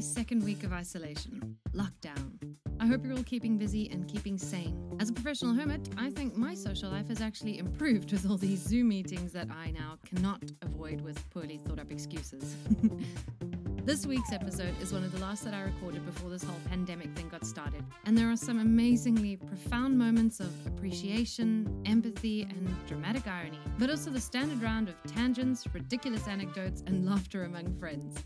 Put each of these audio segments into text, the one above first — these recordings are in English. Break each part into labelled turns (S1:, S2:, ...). S1: second week of isolation, lockdown. I hope you're all keeping busy and keeping sane. As a professional hermit, I think my social life has actually improved with all these Zoom meetings that I now cannot avoid with poorly thought up excuses. This week's episode is one of the last that I recorded before this whole pandemic thing got started. And there are some amazingly profound moments of appreciation, empathy, and dramatic irony, but also the standard round of tangents, ridiculous anecdotes, and laughter among friends.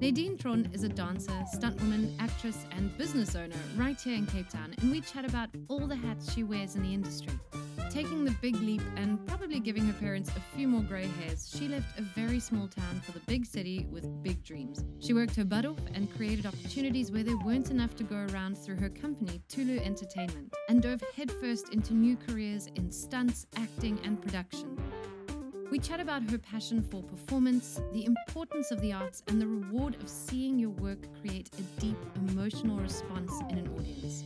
S1: Nadine Tron is a dancer, stuntwoman, actress, and business owner right here in Cape Town, and we chat about all the hats she wears in the industry. Taking the big leap and probably giving her parents a few more grey hairs, she left a very small town for the big city with big dreams. She worked her butt off and created opportunities where there weren't enough to go around through her company, Tulu Entertainment, and dove headfirst into new careers in stunts, acting, and production. We chat about her passion for performance, the importance of the arts, and the reward of seeing your work create a deep emotional response in an audience.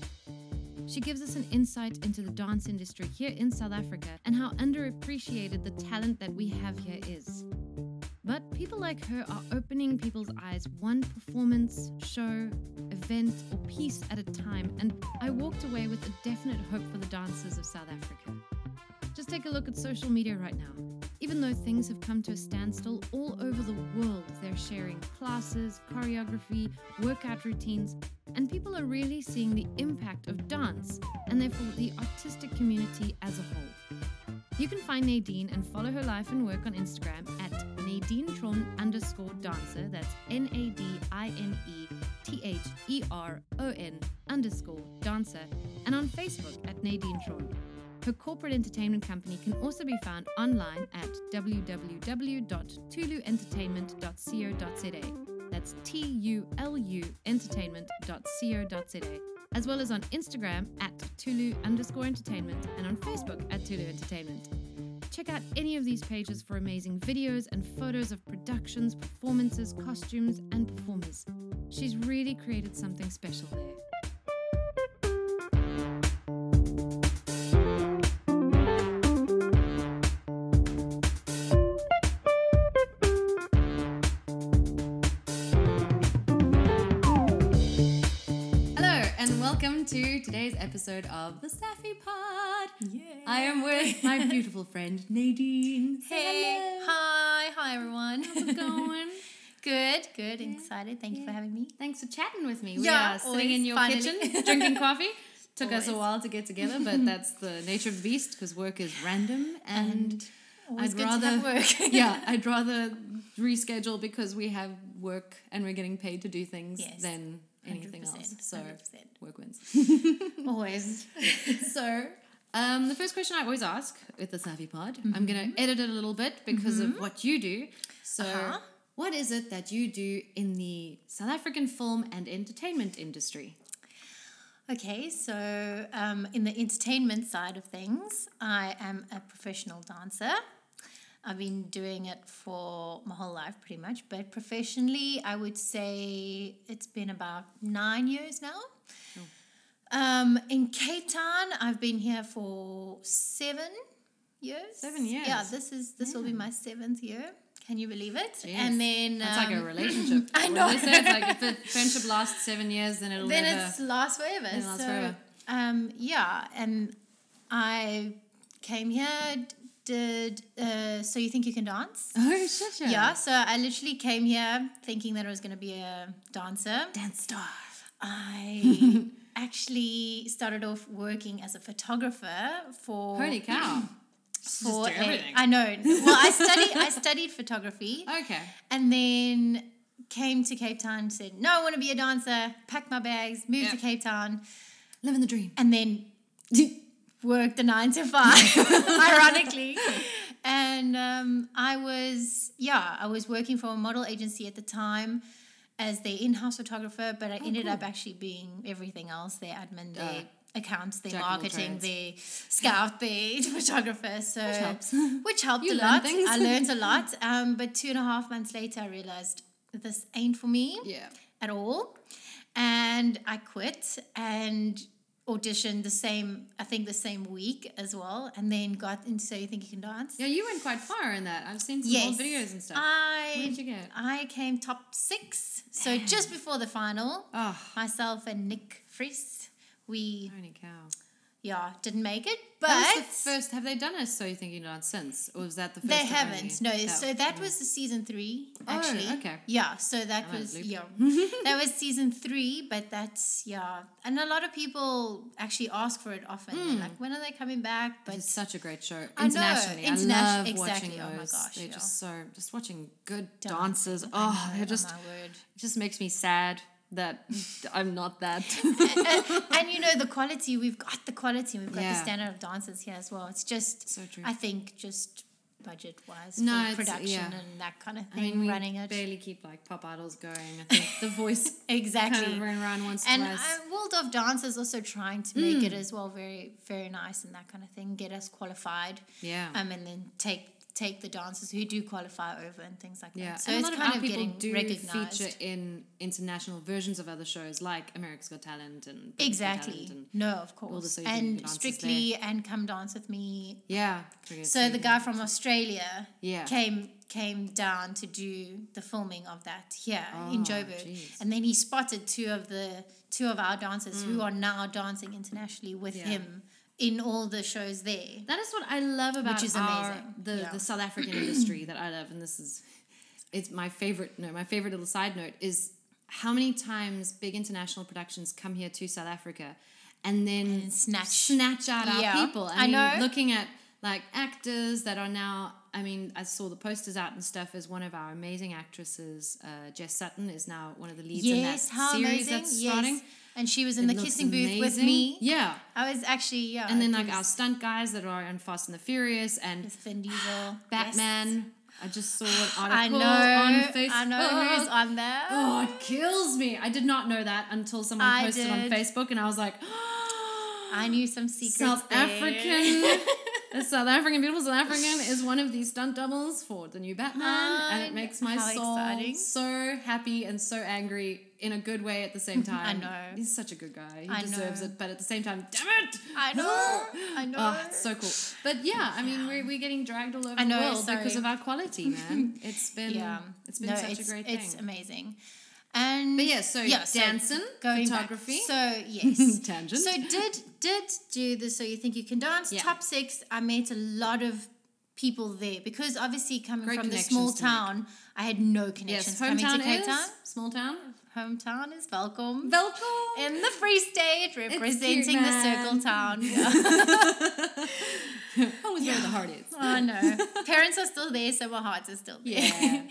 S1: She gives us an insight into the dance industry here in South Africa and how underappreciated the talent that we have here is. But people like her are opening people's eyes one performance, show, event, or piece at a time, and I walked away with a definite hope for the dancers of South Africa. Just take a look at social media right now. Even though things have come to a standstill all over the world, they're sharing classes, choreography, workout routines, and people are really seeing the impact of dance and therefore the artistic community as a whole. You can find Nadine and follow her life and work on Instagram at NadineTron underscore dancer. That's N A D I N E T H E R O N underscore dancer. And on Facebook at Nadine Tron. Her corporate entertainment company can also be found online at www.tuluentertainment.co.za. That's T U L U entertainment.co.za, as well as on Instagram at Tulu underscore entertainment and on Facebook at Tulu Entertainment. Check out any of these pages for amazing videos and photos of productions, performances, costumes, and performers. She's really created something special there. Hello, and welcome to today's episode of the Safi Pod.
S2: Yeah.
S1: I am with my beautiful friend Nadine.
S2: Hey. Hi. Hi, everyone.
S1: how's it going?
S2: good. Good. Excited. Thank you for having me.
S1: Thanks for chatting with me. We
S2: Yeah,
S1: are sitting in
S2: always,
S1: your
S2: finally.
S1: kitchen drinking coffee. Took us a
S2: Always.
S1: while to get together, but that's the nature of the beast because work is random and,
S2: always good to have work.
S1: yeah, I'd rather reschedule because we have work and we're getting paid to do things
S2: Yes.
S1: than anything else.
S2: 100%,
S1: So
S2: 100%.
S1: work wins.
S2: Always.
S1: So, um, the first question I always ask with the Savvy Pod, I'm
S2: Mm-hmm.
S1: going to edit it a little bit because of what you do. So,
S2: Uh-huh.
S1: what is it that you do in the South African film and entertainment industry?
S2: Okay, so um, in the entertainment side of things, I am a professional dancer. I've been doing it for my whole life pretty much, but professionally, I would say it's been about nine years now.
S1: Oh.
S2: Um, in Cape Town, I've been here for seven years.
S1: Seven years.
S2: Yeah, this is this will be my seventh year. Can you believe it?
S1: Jeez.
S2: And then
S1: That's like a
S2: um,
S1: relationship.
S2: I
S1: When
S2: know.
S1: They say it's like if the friendship lasts seven years, then it'll
S2: then
S1: never.
S2: it's last forever.
S1: it lasts
S2: so,
S1: forever.
S2: Um, yeah, and I came here. d- Did uh, so? You think you can dance?
S1: oh shit!
S2: Yeah. So I literally came here thinking that I was going to be a dancer.
S1: Dance star.
S2: I actually started off working as a photographer for
S1: Holy cow!
S2: for
S1: Just do
S2: a-
S1: everything.
S2: I know. Well, I studied I studied photography.
S1: okay.
S2: And then came to Cape Town and said, No, I want to be a dancer. Packed my bags, moved to
S1: Yeah.
S2: Cape Town,
S1: Living the dream.
S2: and then worked a nine to five, ironically. And um, I was, yeah, I was working for a model agency at the time as their in house photographer, but I
S1: Oh,
S2: ended up actually being everything else their admin, their accounts, their
S1: Jack of all
S2: marketing,
S1: Uh, trades.
S2: their scout, their photographer. So, which
S1: helps.
S2: Which helped
S1: You
S2: a
S1: learn
S2: lot.
S1: things.
S2: I learned a lot. Um, but two and a half months later, I realized this ain't for me
S1: Yeah.
S2: at all. And I quit and auditioned the same, I think the same week as well, and then got into So You Think You Can Dance.
S1: Yeah, you went quite far in that. I've seen some old videos and stuff. what
S2: I
S1: did you get?
S2: I came top six. So just before the final,
S1: Oh,
S2: myself and Nick Fries, we
S1: holy cow.
S2: yeah didn't make it,
S1: that was the
S2: but
S1: first. Have they done a So You Think You Can Dance since? Or was that the first?
S2: they
S1: and
S2: haven't. No,
S1: only?
S2: so that was the season three
S1: Oh,
S2: actually.
S1: okay.
S2: Yeah, so that
S1: I'm out of
S2: was
S1: the loop.
S2: yeah, that was season three. But that's yeah, and a lot of people actually ask for it often.
S1: Hmm.
S2: They're like, when are they coming back? But
S1: It's such a great show
S2: I know,
S1: internationally. I,
S2: internation-
S1: love
S2: exactly. Oh
S1: watching
S2: my
S1: those.
S2: gosh,
S1: they're
S2: yeah.
S1: just so just watching good
S2: Dance.
S1: dancers.
S2: I
S1: Oh,
S2: know,
S1: they're just
S2: my word.
S1: it just makes me sad that I'm not that.
S2: and you know the quality we've got the quality we've got
S1: Yeah.
S2: the standard of dancers here as well it's just
S1: So true.
S2: i think just budget wise
S1: No,
S2: no,
S1: it's-
S2: production
S1: yeah.
S2: and that kind of
S1: I
S2: thing
S1: mean, we
S2: running it
S1: barely keep like pop idols going. I think the voice
S2: exactly
S1: kind of ran around once
S2: and
S1: twice.
S2: uh, world of dance is also trying to make
S1: Mm.
S2: it as well very very nice and that kind of thing get us qualified
S1: yeah.
S2: um and then take take the dancers who do qualify over and things like
S1: yeah,
S2: that so
S1: and a
S2: it's
S1: lot of
S2: kind
S1: our
S2: of
S1: people
S2: getting
S1: do
S2: recognized
S1: feature in international versions of other shows like America's Got Talent and Britain's Got
S2: exactly
S1: Talent and-
S2: no of course
S1: So You Think You Can
S2: and
S1: Dance is
S2: strictly and come dance with me
S1: yeah, forget
S2: So the
S1: saying
S2: guy
S1: that.
S2: from Australia
S1: Yeah.
S2: came came down to do the filming of that here
S1: Oh,
S2: in Joburg,
S1: jeez.
S2: and then he spotted two of the two of our dancers who are now dancing internationally with
S1: Mm. Yeah.
S2: him in all the shows there.
S1: That is what I love about
S2: is
S1: our-
S2: amazing.
S1: the
S2: Yeah.
S1: the South African industry that I love, and this is it's my favorite. No, my favorite little side note is how many times big international productions come here to South Africa, and then
S2: And snatch.
S1: snatch out our
S2: Yeah,
S1: people.
S2: I
S1: I, mean,
S2: know.
S1: looking at like actors that are now. I mean, I saw the posters out and stuff. As one of our amazing actresses, uh, Jess Sutton, is now one of the leads in that
S2: Yes, how
S1: series
S2: amazing!
S1: that's
S2: yes,
S1: starting.
S2: and she was in
S1: It
S2: the
S1: looks
S2: kissing booth with
S1: amazing.
S2: me.
S1: Yeah,
S2: I was actually yeah.
S1: and then
S2: it
S1: like our
S2: was
S1: stunt guys that are on Fast and the Furious and
S2: with Vin Diesel,
S1: Batman.
S2: Yes.
S1: I just saw an
S2: I know.
S1: article on Facebook.
S2: I know who's on there.
S1: Oh, it kills me. I did not know that until someone
S2: I
S1: posted on
S2: did.
S1: Facebook, and I was like, "Oh,
S2: I knew some secrets.
S1: South
S2: there.
S1: African. the South African, beautiful South African, is one of these stunt doubles for the new Batman, and
S2: I
S1: it
S2: know.
S1: makes my
S2: How
S1: soul
S2: exciting.
S1: so happy and so angry in a good way at the same time.
S2: know.
S1: he's such a good guy. He
S2: I
S1: deserves
S2: know.
S1: it, but at the same time, damn it!
S2: I know. I know.
S1: Oh, it's so cool. But yeah, I mean, we're, we're getting dragged all over
S2: I know,
S1: the world
S2: sorry.
S1: because of our quality, man. It's been
S2: yeah,
S1: it's been
S2: Mm. No,
S1: such
S2: it's-
S1: a great
S2: It's
S1: thing.
S2: amazing, and
S1: But yeah, so dancing,
S2: going back.
S1: photography.
S2: So yes,
S1: Tangent.
S2: So did did do the so you think you can dance
S1: Yeah.
S2: top six? I met a lot of people there because obviously coming
S1: Great
S2: from the
S1: connections
S2: small
S1: to make.
S2: town, I had no
S1: yes,
S2: connections coming
S1: hometown
S2: to Cape
S1: is
S2: Town.
S1: small town.
S2: Hometown is welcome.
S1: Velcro.
S2: in the Free State, representing the
S1: man.
S2: Circle Town.
S1: Always where the heart is.
S2: oh no, parents are still there, so our hearts are still there.
S1: Yeah.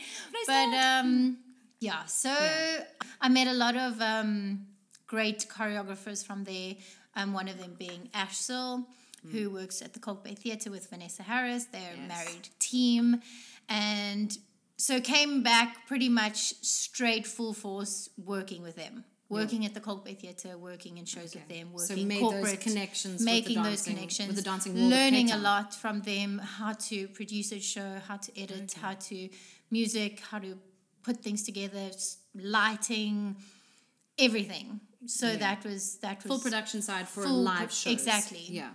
S2: but um, yeah, so
S1: Hmm. Yeah.
S2: I met a lot of um, great choreographers from there. Um, one of them being Ash Sill, who works at the Cold Bay Theatre with Vanessa Harris. They're a
S1: Hmm. Yes.
S2: married team, and so came back pretty much straight full force working with them. Working at the Colt Bay Theatre, working in shows with them,
S1: so
S2: working
S1: made
S2: corporate,
S1: those connections,
S2: making
S1: with the
S2: those
S1: dancing,
S2: connections,
S1: with the dancing, world of Cape
S2: learning a
S1: Town.
S2: lot from them how to produce a show, how to edit,
S1: Mm-hmm.
S2: how to music, how to put things together, s- lighting, everything. So
S1: Yeah.
S2: that was that was
S1: Full production side for
S2: Full
S1: live
S2: pro-
S1: shows.
S2: exactly.
S1: Yeah.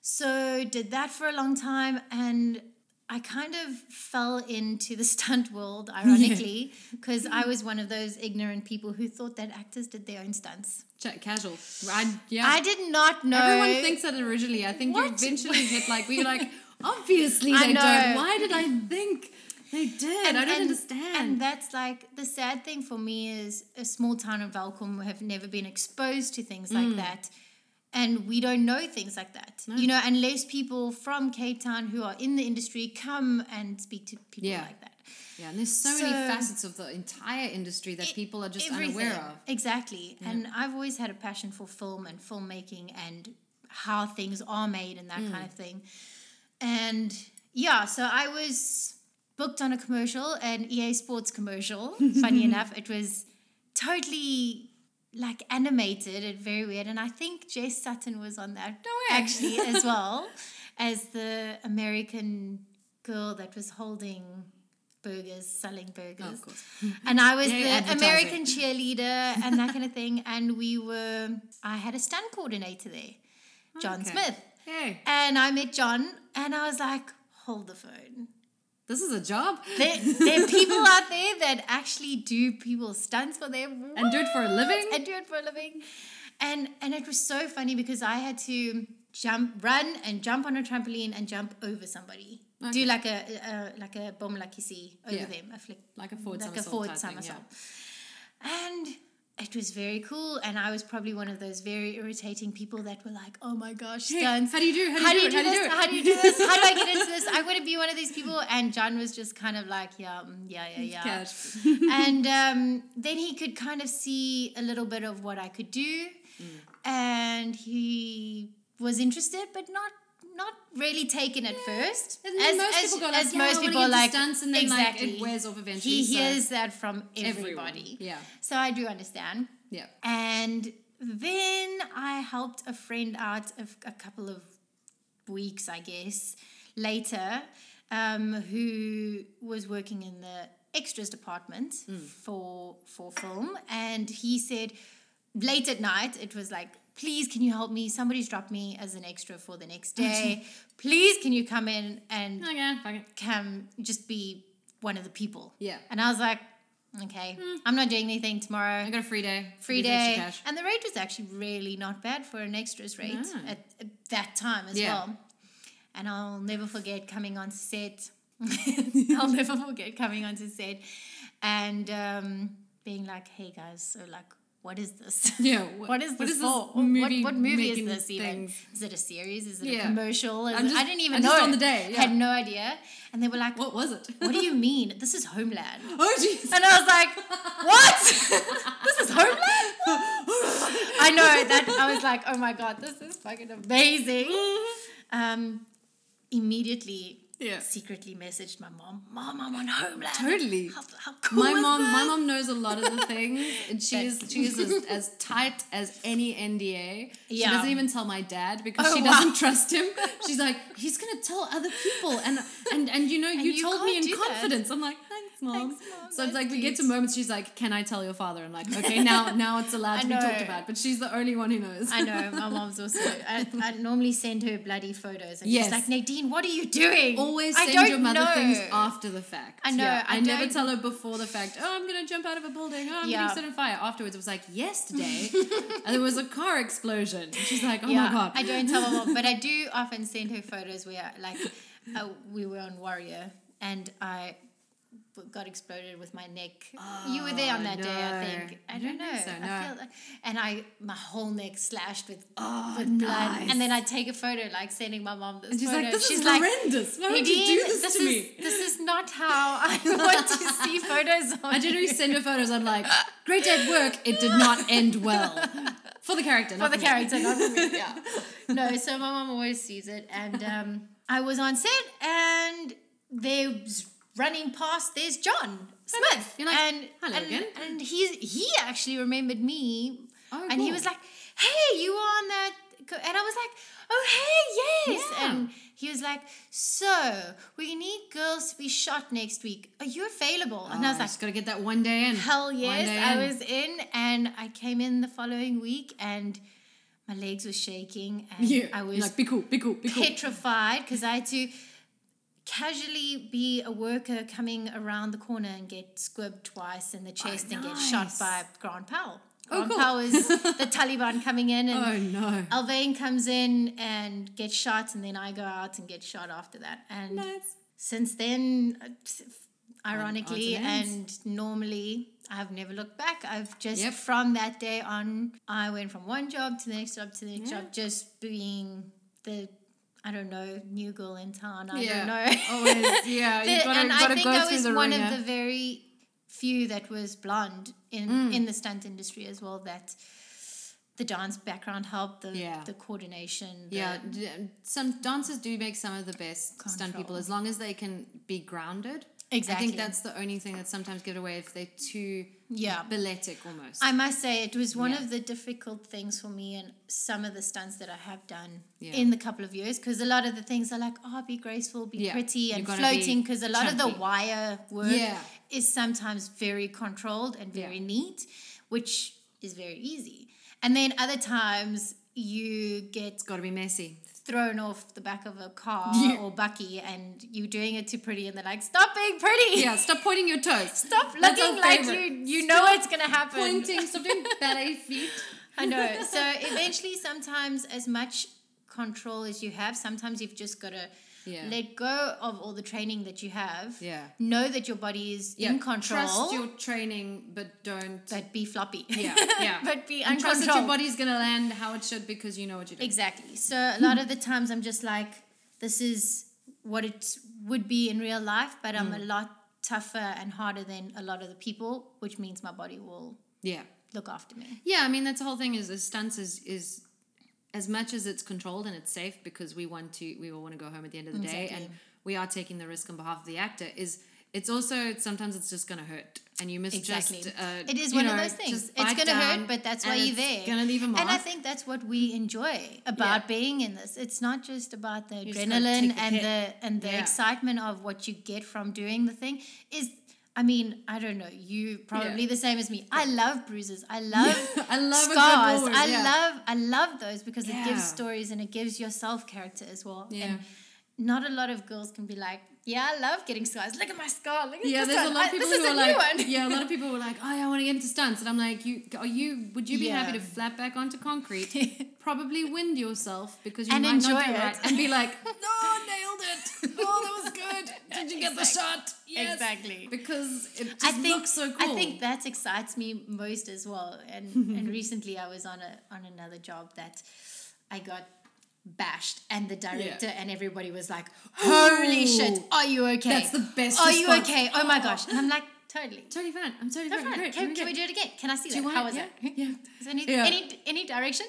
S2: So did that for a long time and I kind of fell into the stunt world, ironically, because I was one of those ignorant people who thought that actors did their own stunts.
S1: Ch- casual. I, yeah.
S2: I did not know.
S1: Everyone thinks that originally. I think you
S2: What?
S1: eventually hit like we're like, obviously
S2: I
S1: they
S2: know.
S1: don't. Why did I think they did? I don't understand.
S2: And that's like the sad thing for me is a small town in Valcom have never been exposed to things
S1: Mm.
S2: like that. And we don't know things like that. You know, unless people from Cape Town who are in the industry come and speak to people
S1: Yeah.
S2: like that.
S1: yeah, and there's so, many
S2: So-
S1: facets of the entire industry that
S2: E-
S1: people are just unaware
S2: Everything.
S1: of.
S2: Exactly. And I've always had a passion for film and filmmaking and how things are made and that
S1: Hmm.
S2: kind of thing. And yeah, so I was booked on a commercial, an EA Sports commercial. Funny enough, it was totally like animated and very weird. And I think Jess Sutton was on that
S1: way.
S2: actually as well as the American girl that was holding burgers, selling burgers.
S1: Oh, of course.
S2: And I was
S1: Yay,
S2: the
S1: advertising.
S2: American cheerleader and that kind of thing. And we were, I had a stunt coordinator there, John
S1: Okay.
S2: Smith.
S1: Hey,
S2: And I met John and I was like, hold the phone.
S1: this is a job.
S2: There, there are people out there that actually do people's stunts for them.
S1: and do it for a living.
S2: I do it for a living. And and it was so funny because I had to jump, run, and jump on a trampoline and jump over somebody.
S1: Okay.
S2: Do like a, a like a bomb like you see over
S1: Yeah.
S2: them, a flick,
S1: like a forward
S2: like a
S1: somersault.
S2: forward
S1: type thing, yeah.
S2: somersault. And it was very cool. And I was probably one of those very irritating people that were like, "Oh my gosh,
S1: Hey,
S2: stunts!
S1: How do you do? How do you do, it?
S2: this? How do you do this? How do I get into this? I want to be one of these people." And John was just kind of like, "Yeah, mm, yeah, yeah, yeah."
S1: Catch.
S2: and um, then he could kind of see a little bit of what I could do,
S1: Mm.
S2: and he was interested, but not not really taken at first.
S1: And then most people go like,
S2: as
S1: yeah,
S2: most
S1: I wanna
S2: people
S1: get
S2: are
S1: to
S2: like
S1: stunts, and then like, it
S2: exactly.
S1: wears off eventually,
S2: He
S1: so
S2: hears that from
S1: everyone.
S2: everybody.
S1: Yeah.
S2: So I do understand.
S1: Yeah.
S2: And then I helped a friend out a, a couple of weeks, I guess, later, um, who was working in the extras department for for film, and he said late at night it was like. Please, can you help me? Somebody's dropped me as an extra for the next day. Please, can you come in and
S1: Okay. fuck it.
S2: can just be one of the people?
S1: Yeah.
S2: And I was like, okay, I'm not doing anything tomorrow
S1: I got a free day.
S2: free
S1: Gives extra
S2: day.
S1: cash.
S2: And the rate was actually really not bad for an extras rate
S1: No.
S2: at, at that time as
S1: Yeah.
S2: well. And I'll never forget coming on set. I'll never forget coming onto set and um, being like, hey guys, so like, what is this?
S1: Yeah.
S2: What is this
S1: what is this
S2: for?
S1: movie
S2: what, what movie is
S1: making
S2: this even?
S1: things?
S2: Is it a series? Is it
S1: Yeah.
S2: a commercial? Is
S1: I'm
S2: it- I
S1: just-
S2: didn't even
S1: I'm
S2: know.
S1: just on the day, yeah.
S2: Had no idea. And they were like,
S1: What was it?
S2: what do you mean? This is Homeland.
S1: oh jeez.
S2: And I was like, what? this is Homeland? I know that I was like, oh my god, this is fucking amazing. Um, immediately,
S1: Yeah.
S2: secretly messaged my mom, mom, I'm on Homeland.
S1: Totally.
S2: How, how cool
S1: My
S2: is
S1: mom,
S2: this?
S1: my mom knows a lot of the things, and she is
S2: That-
S1: she is as, as tight as any NDA. She
S2: Yeah.
S1: doesn't even tell my dad because
S2: Oh,
S1: she
S2: wow.
S1: doesn't trust him. She's like, he's gonna tell other people, and and and you know, you,
S2: you
S1: told me
S2: can't
S1: in
S2: do that."
S1: confidence. I'm like, thanks, mom.
S2: Thanks, Mom.
S1: So it's
S2: That's
S1: like we get to
S2: cute.
S1: moments. She's like, can I tell your father? I'm like, okay, now now it's allowed
S2: I
S1: to be talked
S2: know.
S1: about. But she's the only one who knows.
S2: I know my mom's also. I, I normally send her bloody photos, and
S1: Yes.
S2: she's like, Nadine, what are you doing?
S1: Always
S2: I
S1: send
S2: don't
S1: your mother things
S2: know."
S1: after the fact.
S2: I know,
S1: Yeah. I,
S2: I
S1: never
S2: don't-
S1: tell her before the fact. Oh, I'm gonna jump out of a building. Oh, I'm
S2: Yeah.
S1: gonna set on fire. Afterwards, it was like yesterday. uh, there was a car explosion. And she's like, oh my god.
S2: I don't tell my mom, but I do often send her photos where, like, uh, we were on Warrior and I w- got exploded with my neck. you were there on
S1: Oh,
S2: that day, I
S1: no.
S2: think. I
S1: I
S2: don't
S1: don't
S2: know.
S1: think so,
S2: I
S1: no.
S2: feel like, and I, my whole neck slashed with
S1: Oh,
S2: with blood.
S1: nice.
S2: And then I take a photo, like sending my mom this
S1: And she's
S2: photo.
S1: like, this
S2: she's
S1: is
S2: like,
S1: horrendous. Why would you do
S2: "Nadine,
S1: this, to
S2: is,
S1: me?
S2: This is not how I want to see photos of
S1: I generally
S2: you."
S1: send her photos. I'm like, great day at work. It did not end well for the character.
S2: for the character, not for me.
S1: yeah.
S2: no, so my mom always sees it. And um, I was on set and there's running past, there's John Smith.
S1: You're like,
S2: and,
S1: "Hello
S2: and,
S1: again."
S2: And he, he actually remembered me.
S1: Oh,
S2: and he
S1: cool.
S2: was like, hey, you were on that. co-" And I was like, oh, hey, yes.
S1: Yeah.
S2: And he was like, so we need girls to be shot next week. Are you available? And I was
S1: I
S2: like,
S1: just gotta get that one day in.
S2: Hell
S1: One
S2: yes,
S1: day
S2: I
S1: in.
S2: was in, and I came in the following week, and my legs were shaking, and
S1: Yeah.
S2: I
S1: You're
S2: was
S1: like, be cool, be cool, be cool.
S2: petrified because I had to casually be a worker coming around the corner and get squibbed twice in the chest and get
S1: Oh,
S2: shot
S1: nice.
S2: by Grant Powell.
S1: Oh,
S2: Grant
S1: cool.
S2: Powell is the Taliban coming in, and
S1: Oh no.
S2: Alvain comes in and gets shot, and then I go out and get shot after that, and
S1: Nice.
S2: since then, uh, s- ironically
S1: odds and
S2: and normally, I've never looked back. I've just
S1: Yep.
S2: from that day on, I went from one job to the next job to the next
S1: Yeah.
S2: job, just being the I don't know new girl in town. I
S1: yeah.
S2: don't know.
S1: Always, yeah.
S2: The-
S1: You gotta,
S2: and
S1: gotta
S2: I think
S1: go
S2: I
S1: through
S2: was
S1: the
S2: one
S1: ringer.
S2: of the very few that was blonde in
S1: Mm.
S2: in the stunt industry as well. That the dance background helped the
S1: Yeah.
S2: the coordination. the-
S1: yeah, d- some dancers do make some of the best stunt people
S2: Control.
S1: as long as they can be grounded.
S2: Exactly.
S1: I think that's the only thing that sometimes get away if they're too
S2: Yeah.
S1: balletic almost.
S2: I must say it was one
S1: Yeah.
S2: of the difficult things for me and some of the stunts that I have done
S1: Yeah.
S2: in the couple of years because a lot of the things are like, oh, be graceful, be
S1: Yeah.
S2: pretty,
S1: You
S2: and
S1: gotta
S2: floating
S1: be
S2: because a lot of the
S1: chunky.
S2: wire work
S1: Yeah.
S2: is sometimes very controlled and
S1: Yeah.
S2: very neat, which is very easy. And then other times you get
S1: it's got to be messy.
S2: thrown off the back of a car
S1: Yeah.
S2: or bucky and you're doing it too pretty and they're like, stop being pretty.
S1: Yeah, stop pointing your toes.
S2: Stop
S1: That's our
S2: looking like
S1: favorite.
S2: you, you know it's going to happen.
S1: Pointing, stop doing ballet feet.
S2: I know. So eventually, sometimes as much control as you have, sometimes you've just got to
S1: Yeah.
S2: let go of all the training that you have.
S1: Yeah.
S2: Know that your body is
S1: yeah.
S2: in control,
S1: Trust your training, but don't.
S2: but be floppy.
S1: yeah, yeah.
S2: but be
S1: And trust that your
S2: uncontrolled.
S1: body's going to land how it should because you know what you're doing.
S2: Exactly. So a lot of the times, I'm just like, this is what it would be in real life, but
S1: Mm.
S2: I'm a lot tougher and harder than a lot of the people, which means my body will
S1: yeah.
S2: look after me.
S1: Yeah, I mean that's the whole thing is the stunts is is as much as it's controlled and it's safe because we want to we all want to go home at the end of the day and
S2: Exactly.
S1: we are taking the risk on behalf of the actor is it's also sometimes it's just going to hurt and you miss
S2: Exactly.
S1: just uh,
S2: it is
S1: you
S2: one of
S1: know,
S2: those things.
S1: just
S2: It's
S1: bite
S2: going to
S1: down
S2: hurt, but that's why
S1: and
S2: you're
S1: it's
S2: there.
S1: Gonna leave a mark.
S2: And I think that's what we enjoy about
S1: Yeah.
S2: being in this. It's not just about the
S1: just gotta
S2: adrenaline
S1: take the
S2: and
S1: hit.
S2: the and the
S1: Yeah.
S2: excitement of what you get from doing the thing. Is I mean, I don't know. You probably the same as me. I love bruises. I love
S1: I love
S2: scars.
S1: a good wound,
S2: I
S1: yeah.
S2: love I love those because it gives
S1: Yeah.
S2: stories and it gives yourself character as well.
S1: Yeah.
S2: And not a lot of girls can be like, yeah, I love getting scars. Look at my scar. Look at
S1: yeah,
S2: this
S1: there's
S2: one.
S1: a lot
S2: I-
S1: of people
S2: this
S1: who
S2: is
S1: are
S2: a new
S1: like,
S2: one.
S1: yeah, a lot of people were like, oh, yeah, I want to get into stunts, and I'm like, you, are you, would you be
S2: Yeah.
S1: happy to flat back onto concrete, probably wind yourself because you
S2: And
S1: might not
S2: enjoy
S1: do it,
S2: it.
S1: right, and be like, no, nailed it, oh, that was good, did you get the shot? Yes.
S2: Exactly.
S1: Because it just
S2: I think
S1: looks so cool.
S2: I think that excites me most as well. And and recently I was on a on another job that I got bashed and the director and everybody was like, Holy shit,
S1: Oh,
S2: are you okay?
S1: that's the best
S2: Are you
S1: response.
S2: okay? Oh my gosh. And I'm like, totally.
S1: totally fine. I'm totally
S2: No,
S1: fine.
S2: fine.
S1: Great.
S2: Can,
S1: Here
S2: can we
S1: go.
S2: do it again? Can I see
S1: you
S2: that?
S1: want
S2: How
S1: it?
S2: was
S1: Yeah.
S2: it?
S1: Yeah.
S2: Is there any,
S1: Yeah.
S2: any any direction?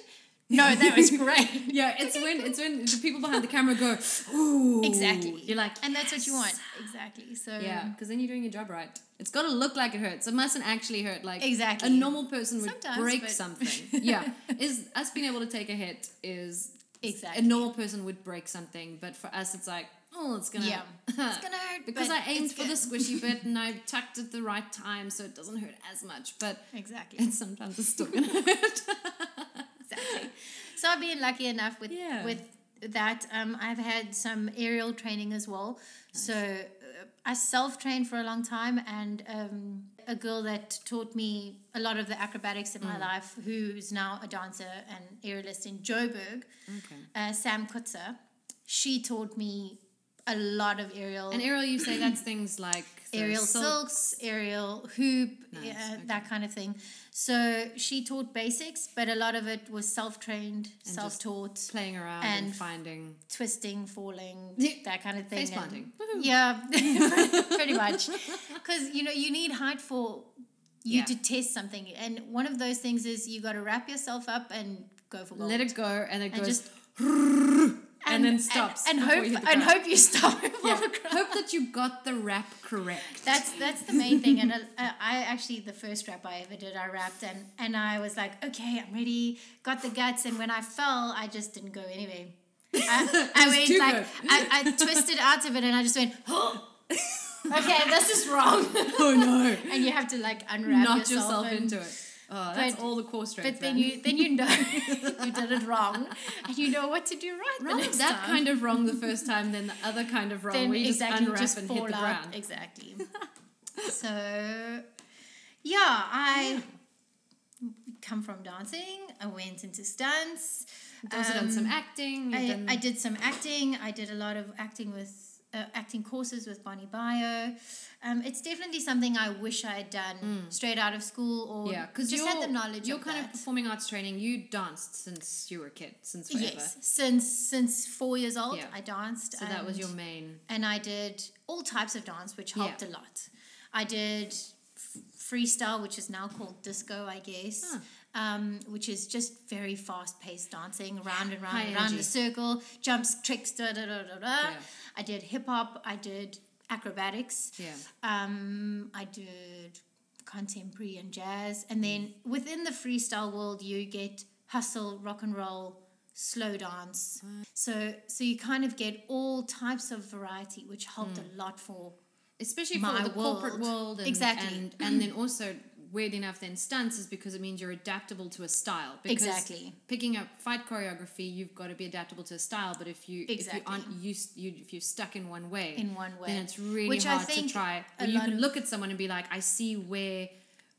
S2: No, that was great.
S1: Yeah, it's when it's when the people behind the camera go, ooh.
S2: exactly.
S1: You're like,
S2: and that's what you want. Exactly. So
S1: Yeah, because then you're doing your job right. It's got to look like it hurts. It mustn't actually hurt. Like
S2: Exactly.
S1: a normal person would
S2: Sometimes,
S1: break
S2: but-
S1: something. Yeah, is us being able to take a hit is
S2: Exactly.
S1: A normal person would break something, but for us, it's like oh, it's gonna
S2: Yeah. It's gonna hurt,
S1: because
S2: but
S1: I aimed
S2: it's
S1: for the
S2: good.
S1: squishy bit and I tucked it the right time, so it doesn't hurt as much. But
S2: Exactly.
S1: it's sometimes it's still gonna hurt.
S2: exactly. So I've been lucky enough with
S1: Yeah.
S2: with that. Um, I've had some aerial training as well. So uh, I self trained for a long time, and um, a girl that taught me a lot of the acrobatics in
S1: Mm.
S2: my life, who's now a dancer and aerialist in Joburg,
S1: okay.
S2: uh, Sam Kutzer, she taught me a lot of aerial
S1: And Ariel, you say that's things like the
S2: aerial
S1: silk-
S2: silks, aerial hoop,
S1: Nice,
S2: uh,
S1: okay.
S2: that kind of thing. So she taught basics, but a lot of it was self trained,
S1: just
S2: self taught,
S1: playing around and,
S2: and
S1: finding
S2: twisting, falling,
S1: Yeah.
S2: that kind of thing.
S1: Face
S2: and-
S1: planting.
S2: Yeah, pretty much. Because you know you need height for you
S1: Yeah.
S2: to test something, and one of those things is you got to wrap yourself up and go for gold.
S1: let it go, and it
S2: and
S1: goes.
S2: just
S1: and then stops
S2: and,
S1: before you hit
S2: hope
S1: the
S2: and
S1: ground.
S2: hope you stop before
S1: Yeah.
S2: the ground.
S1: Hope that you got the rap correct.
S2: That's that's the main thing, and uh, I, I actually the first rap I ever did, I rapped, and and I was like, okay, I'm ready, got the guts, and when I fell, I just didn't go anyway. I, I
S1: was
S2: went
S1: too
S2: like
S1: good.
S2: I, I twisted out of it, and I just went, Oh, okay, this is wrong,
S1: oh no!
S2: and you have to like unwrap
S1: Knocked
S2: yourself,
S1: yourself
S2: and-
S1: into it. Oh, that's
S2: but-
S1: all the core strength.
S2: But then
S1: man.
S2: you then you know you did it wrong, and you know what to do right. the
S1: rather
S2: next
S1: that
S2: time.
S1: kind of wrong the first time than the other kind of wrong
S2: then
S1: where you
S2: exactly
S1: just unwrap
S2: just,
S1: and
S2: fall
S1: hit the
S2: out.
S1: ground.
S2: Exactly. so, yeah, I come from dancing. I went into stunts. Um,
S1: You've also done some acting. You've
S2: I,
S1: done,
S2: I did some acting. I did a lot of acting with. Uh, acting courses with Bonnie Bio. Um, it's definitely something I wish I had done straight out of school or
S1: Hmm. yeah, because
S2: just
S1: you're,
S2: had the knowledge
S1: you're
S2: of
S1: kind
S2: that.
S1: of performing arts training. You danced since you were a kid, since forever.
S2: Yes, since since four years old,
S1: Yeah.
S2: I danced.
S1: So that was
S2: and-
S1: your main.
S2: and I did all types of dance, which
S1: Yeah.
S2: helped a lot. I did f- freestyle, which is now called disco, I guess,
S1: Huh.
S2: um, which is just very fast paced dancing, round and round
S1: High
S2: and round
S1: energy.
S2: in a circle, jumps, tricks, da da da da da.
S1: Yeah.
S2: I did hip hop, I did acrobatics.
S1: Yeah.
S2: Um, I did contemporary and jazz,
S1: Hmm.
S2: and then within the freestyle world, you get hustle, rock and roll, slow dance. So so you kind of get all types of variety, which helped
S1: Hmm.
S2: a lot for
S1: especially
S2: my
S1: for the corporate
S2: world.
S1: world and,
S2: Exactly.
S1: and and then also weird enough then stances because it means you're adaptable to a style because
S2: Exactly.
S1: picking up fight choreography you've got to be adaptable to a style but if you if you
S2: Exactly.
S1: aren't used you if you're stuck in one way
S2: In one way.
S1: then it's really
S2: Which I
S1: hard
S2: think
S1: to try
S2: a
S1: Well, you
S2: lot
S1: can
S2: of-
S1: look at someone and be like I see where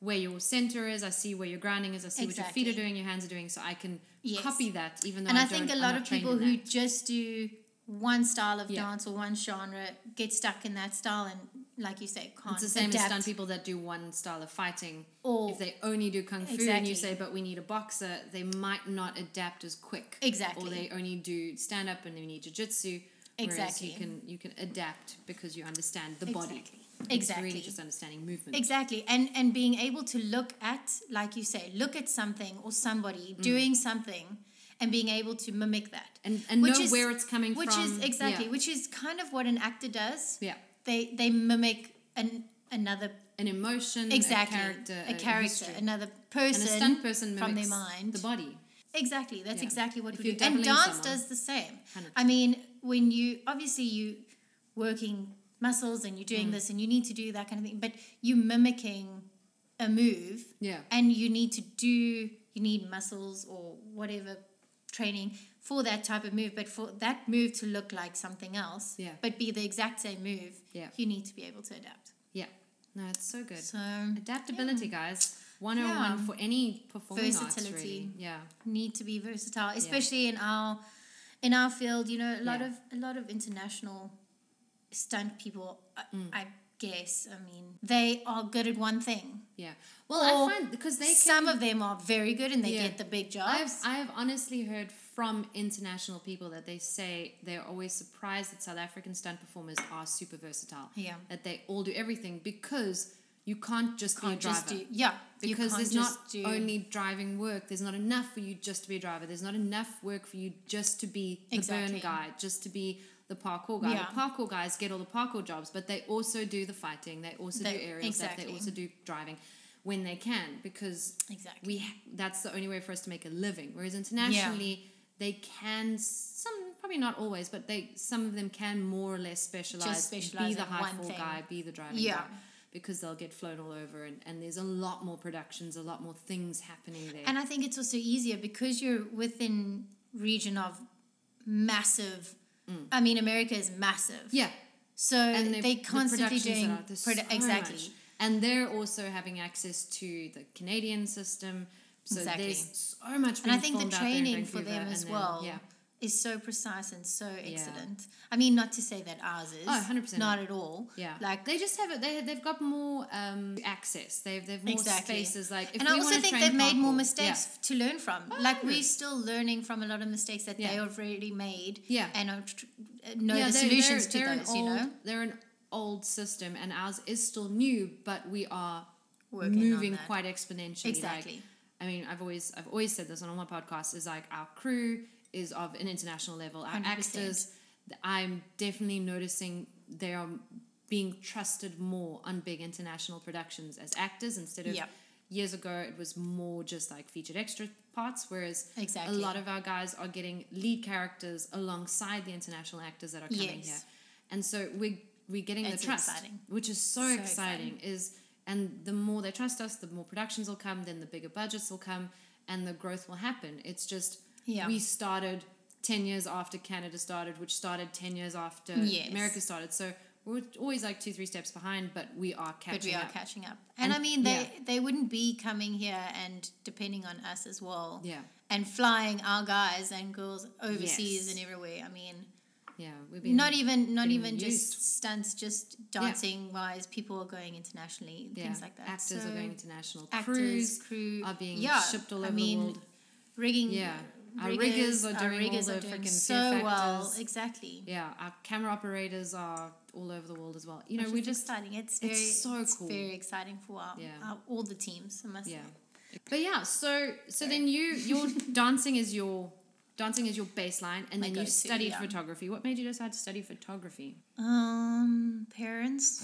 S1: where your center is I see where your grounding is I see what your feet are
S2: Exactly.
S1: doing your hands are doing so I can
S2: Yes.
S1: copy that even though
S2: and
S1: I,
S2: I think a
S1: don't- I'm
S2: lot
S1: not
S2: of
S1: trained
S2: people
S1: in
S2: who
S1: that.
S2: just do one style of
S1: Yeah.
S2: dance or one genre get stuck in that style and like you say can't
S1: it's the same as
S2: adapt
S1: stunt people that do one style of fighting
S2: or
S1: if they only do kung fu and you
S2: Exactly.
S1: say but we need a boxer they might not adapt as quick
S2: Exactly.
S1: or they only do stand up and they need jiu-jitsu whereas
S2: Exactly.
S1: you can you can adapt because you understand the body
S2: exactly
S1: It's
S2: exactly
S1: really just understanding movement
S2: exactly and and being able to look at like you say look at something or somebody doing something and being able to mimic that
S1: Mm. and and
S2: Which
S1: know
S2: is-
S1: where it's coming
S2: which
S1: from
S2: is exactly
S1: yeah,
S2: which is kind of what an actor does
S1: yeah.
S2: they they mimic an another
S1: an emotion
S2: exactly
S1: Mm, a character
S2: a character
S1: history.
S2: another
S1: and a
S2: person
S1: stunt person
S2: from their
S1: mimics
S2: mind
S1: the body
S2: Exactly. That's
S1: Yeah.
S2: exactly what
S1: If
S2: we
S1: you're
S2: do. And
S1: doubling
S2: dance
S1: someone.
S2: does the same.
S1: 100%.
S2: I mean, when you obviously you working muscles and you're
S1: Mm.
S2: doing this and you need to do that kind of thing, but you mimicking a move
S1: yeah
S2: and you need to do you need muscles or whatever training for that type of move, but for that move to look like something else,
S1: Yeah.
S2: but be the exact same move,
S1: Yeah.
S2: you need to be able to adapt.
S1: yeah no it's so good
S2: So
S1: adaptability guys 101
S2: Yeah.
S1: for any performing arts
S2: Versatility.
S1: really yeah
S2: need to be versatile, especially in our in our field. You know, a lot of a lot of international stunt people. I,
S1: Mm.
S2: I guess. I mean, they are good at one thing.
S1: yeah well
S2: Or
S1: i find because they can
S2: Some of them are very good and they
S1: Yeah.
S2: get the big
S1: I've
S2: jobs.
S1: I've honestly heard from international people that they say they're always surprised that South African stunt performers are super versatile.
S2: Yeah.
S1: That they all do everything because you can't just
S2: can't
S1: be a driver.
S2: just do yeah. you
S1: because
S2: can't
S1: there's
S2: just
S1: not only driving work. There's not enough for you just to be a driver. There's not enough work for you just to be the burn
S2: Exactly.
S1: guy, just to be the parkour guy.
S2: Yeah.
S1: The parkour guys get all the parkour jobs, but they also do the fighting. They also
S2: They-
S1: do aerial stuff. They
S2: exactly.
S1: also do driving when they can because
S2: exactly.
S1: we ha- that's the only way for us to make a living whereas internationally they can some probably not always but they some of them can more or less specialize,
S2: specialize
S1: be the
S2: in
S1: high
S2: one
S1: fall
S2: thing.
S1: guy be the driving
S2: Yeah.
S1: guy because they'll get flown all over and, and there's a lot more productions a lot more things happening there
S2: And I think it's also easier because you're within region of massive. I mean, America is massive.
S1: Mm. yeah
S2: So
S1: and
S2: they
S1: the
S2: constantly
S1: productions that
S2: doing
S1: are- there's
S2: produ-
S1: so
S2: exactly.
S1: much. and they're also having access to the canadian system so
S2: Exactly.
S1: there's so much
S2: and I
S1: being
S2: think the
S1: filmed out there in
S2: training for
S1: Vancouver
S2: them
S1: and
S2: as
S1: then-
S2: well
S1: yeah
S2: is so precise and so excellent. I mean, not to say that ours is.
S1: Oh, 100%.
S2: Not at all.
S1: Yeah,
S2: Like,
S1: they just have it. They they've got more um, access. They've they've more
S2: Exactly.
S1: spaces. Like, if
S2: and
S1: we
S2: I also
S1: wanna
S2: think
S1: train
S2: they've made more
S1: parkour-
S2: mistakes to learn from.
S1: Oh,
S2: like,
S1: yeah.
S2: we're still learning from a lot of mistakes that they
S1: Yeah.
S2: already made
S1: Yeah, yeah.
S2: and are tr- uh, know
S1: yeah
S2: the
S1: they're-
S2: solutions
S1: they're-
S2: to
S1: they're
S2: those,
S1: an
S2: you
S1: old,
S2: know?
S1: they're an old system, and ours is still new, but we are
S2: Working on
S1: moving
S2: that.
S1: quite exponentially. like,
S2: Exactly.
S1: I mean, I've always I've always said this on all my podcasts is like our crew is of an international level. Our
S2: 100%.
S1: actors, I'm definitely noticing they are being trusted more on big international productions as actors instead of
S2: Yep.
S1: years ago it was more just like featured extra parts. Whereas
S2: Exactly.
S1: a lot of our guys are getting lead characters alongside the international actors that are coming
S2: Yes.
S1: here, and so we're we're getting
S2: It's
S1: the trust,
S2: exciting.
S1: which is so,
S2: So
S1: exciting. Is and the more they trust us, the more productions will come, then the bigger budgets will come, and the growth will happen. It's just
S2: Yeah.
S1: we started ten years after Canada started, which started ten years after
S2: Yes.
S1: America started. So we're always like two, three steps behind, but we are catching
S2: But we are
S1: up.
S2: catching up. And,
S1: And-
S2: I mean, they,
S1: yeah.
S2: they wouldn't be coming here and depending on us as well.
S1: yeah,
S2: and flying our guys and girls overseas
S1: Yes.
S2: and everywhere. I mean,
S1: yeah, we've been
S2: not even not
S1: been
S2: even
S1: used.
S2: just stunts, just dancing wise. People are going internationally,
S1: yeah,
S2: things like that.
S1: Actors
S2: So,
S1: are going international.
S2: actors,
S1: Crews
S2: crew
S1: are being
S2: yeah,
S1: shipped all
S2: I
S1: over
S2: mean,
S1: the world.
S2: Rigging,
S1: Yeah. Our riggers are
S2: our
S1: doing all
S2: riggers
S1: the
S2: are doing
S1: freaking fear
S2: so well.
S1: factors.
S2: Exactly.
S1: Yeah, our camera operators are all over the world as well. You know,
S2: Which
S1: we
S2: is
S1: just
S2: exciting. It's very,
S1: it's so cool.
S2: very exciting for our,
S1: Yeah.
S2: our- all the teams. I must
S1: yeah.
S2: say.
S1: But yeah, so so then you your dancing is your Dancing is your baseline, and
S2: My
S1: then you
S2: go-to,
S1: studied
S2: yeah.
S1: photography. What made you decide to study photography?
S2: Um, parents.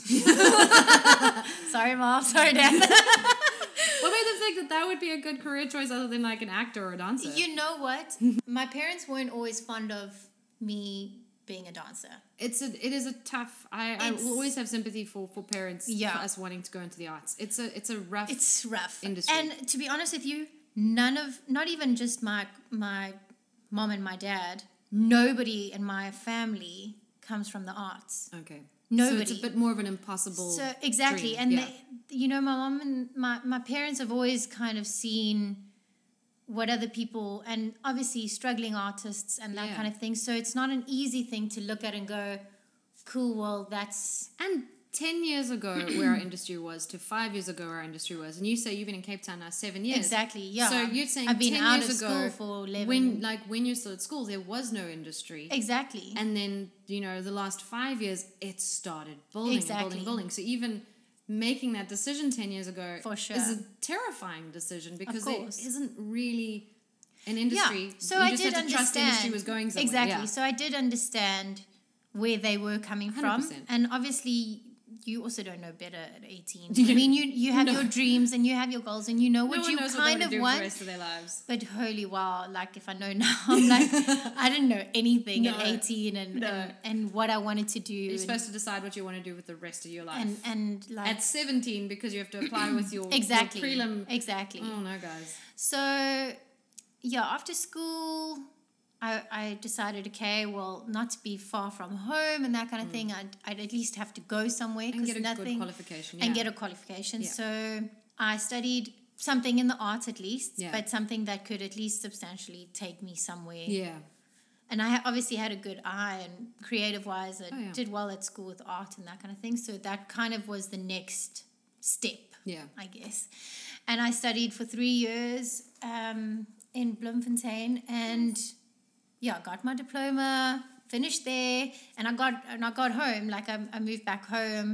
S2: sorry, mom. Sorry, dad.
S1: What made them think that that would be a good career choice other than like an actor or a dancer?
S2: You know what? My parents weren't always fond of me being a dancer.
S1: it's a it is a tough. I, I
S2: It's-
S1: will always have sympathy for for parents
S2: Yeah.
S1: for us wanting to go into the arts. It's a it's a rough.
S2: It's rough.
S1: Industry.
S2: And to be honest with you, none of not even just my my mom and my dad, nobody in my family comes from the arts.
S1: okay. So
S2: Nobody.
S1: it's a bit more of an impossible.
S2: So exactly,
S1: dream.
S2: and
S1: yeah.
S2: they, you know, my mom and my my parents have always kind of seen what other people and obviously struggling artists and that
S1: Yeah.
S2: kind of thing. So it's not an easy thing to look at and go, "Cool, well, that's
S1: And 10 years ago, where our industry was, to five years ago, where our industry was. And you say you've been in Cape Town now seven years.
S2: exactly yeah."
S1: So you're saying
S2: I've been
S1: 10
S2: out
S1: years
S2: of
S1: ago,
S2: school for eleven.
S1: When, like, when you're still at school, there was no industry.
S2: exactly,
S1: And then, you know, the last five years, it started building and
S2: Exactly.
S1: building, building. So even making that decision 10 years ago
S2: For
S1: is
S2: sure.
S1: a terrifying decision because there
S2: course.
S1: isn't really an industry.
S2: yeah. So
S1: you
S2: I
S1: just
S2: did
S1: had to
S2: understand
S1: trust the industry was going somewhere.
S2: exactly.
S1: Yeah.
S2: So I did understand where they were coming from,
S1: 100%.
S2: and obviously. You also don't know better at 18. I mean, you you have
S1: No.
S2: your dreams and you have your goals and you know
S1: No
S2: what
S1: one
S2: you
S1: knows what they
S2: kind
S1: wanna do
S2: of
S1: for
S2: want.
S1: the rest of their lives.
S2: But holy wow, like if I know now, I'm like, I didn't know anything at
S1: No.
S2: 18 and,
S1: No.
S2: and, and what I wanted to do.
S1: You're
S2: and,
S1: supposed to decide what you want to do with the rest of your life.
S2: and, and like,
S1: at 17 because you have to apply with your, your
S2: exactly.
S1: prelim.
S2: Exactly.
S1: Oh no, guys.
S2: So, yeah, after school, I, I decided, okay, well, not to be far from home and that kind of thing. I'd, I'd at least have to go somewhere
S1: Mm. And
S2: because
S1: get a good
S2: nothing.
S1: qualification.
S2: and
S1: yeah.
S2: get a qualification.
S1: Yeah.
S2: So I studied something in the arts at least,
S1: Yeah.
S2: but something that could at least substantially take me somewhere.
S1: Yeah.
S2: and I ha- obviously had a good eye and creative wise, I
S1: Oh, yeah.
S2: did well at school with art and that kind of thing. So that kind of was the next step,
S1: Yeah.
S2: I guess. And I studied for three years um, in Bloemfontein, and yeah, got my diploma, finished there, and I got and I got home. Like I, I moved back home,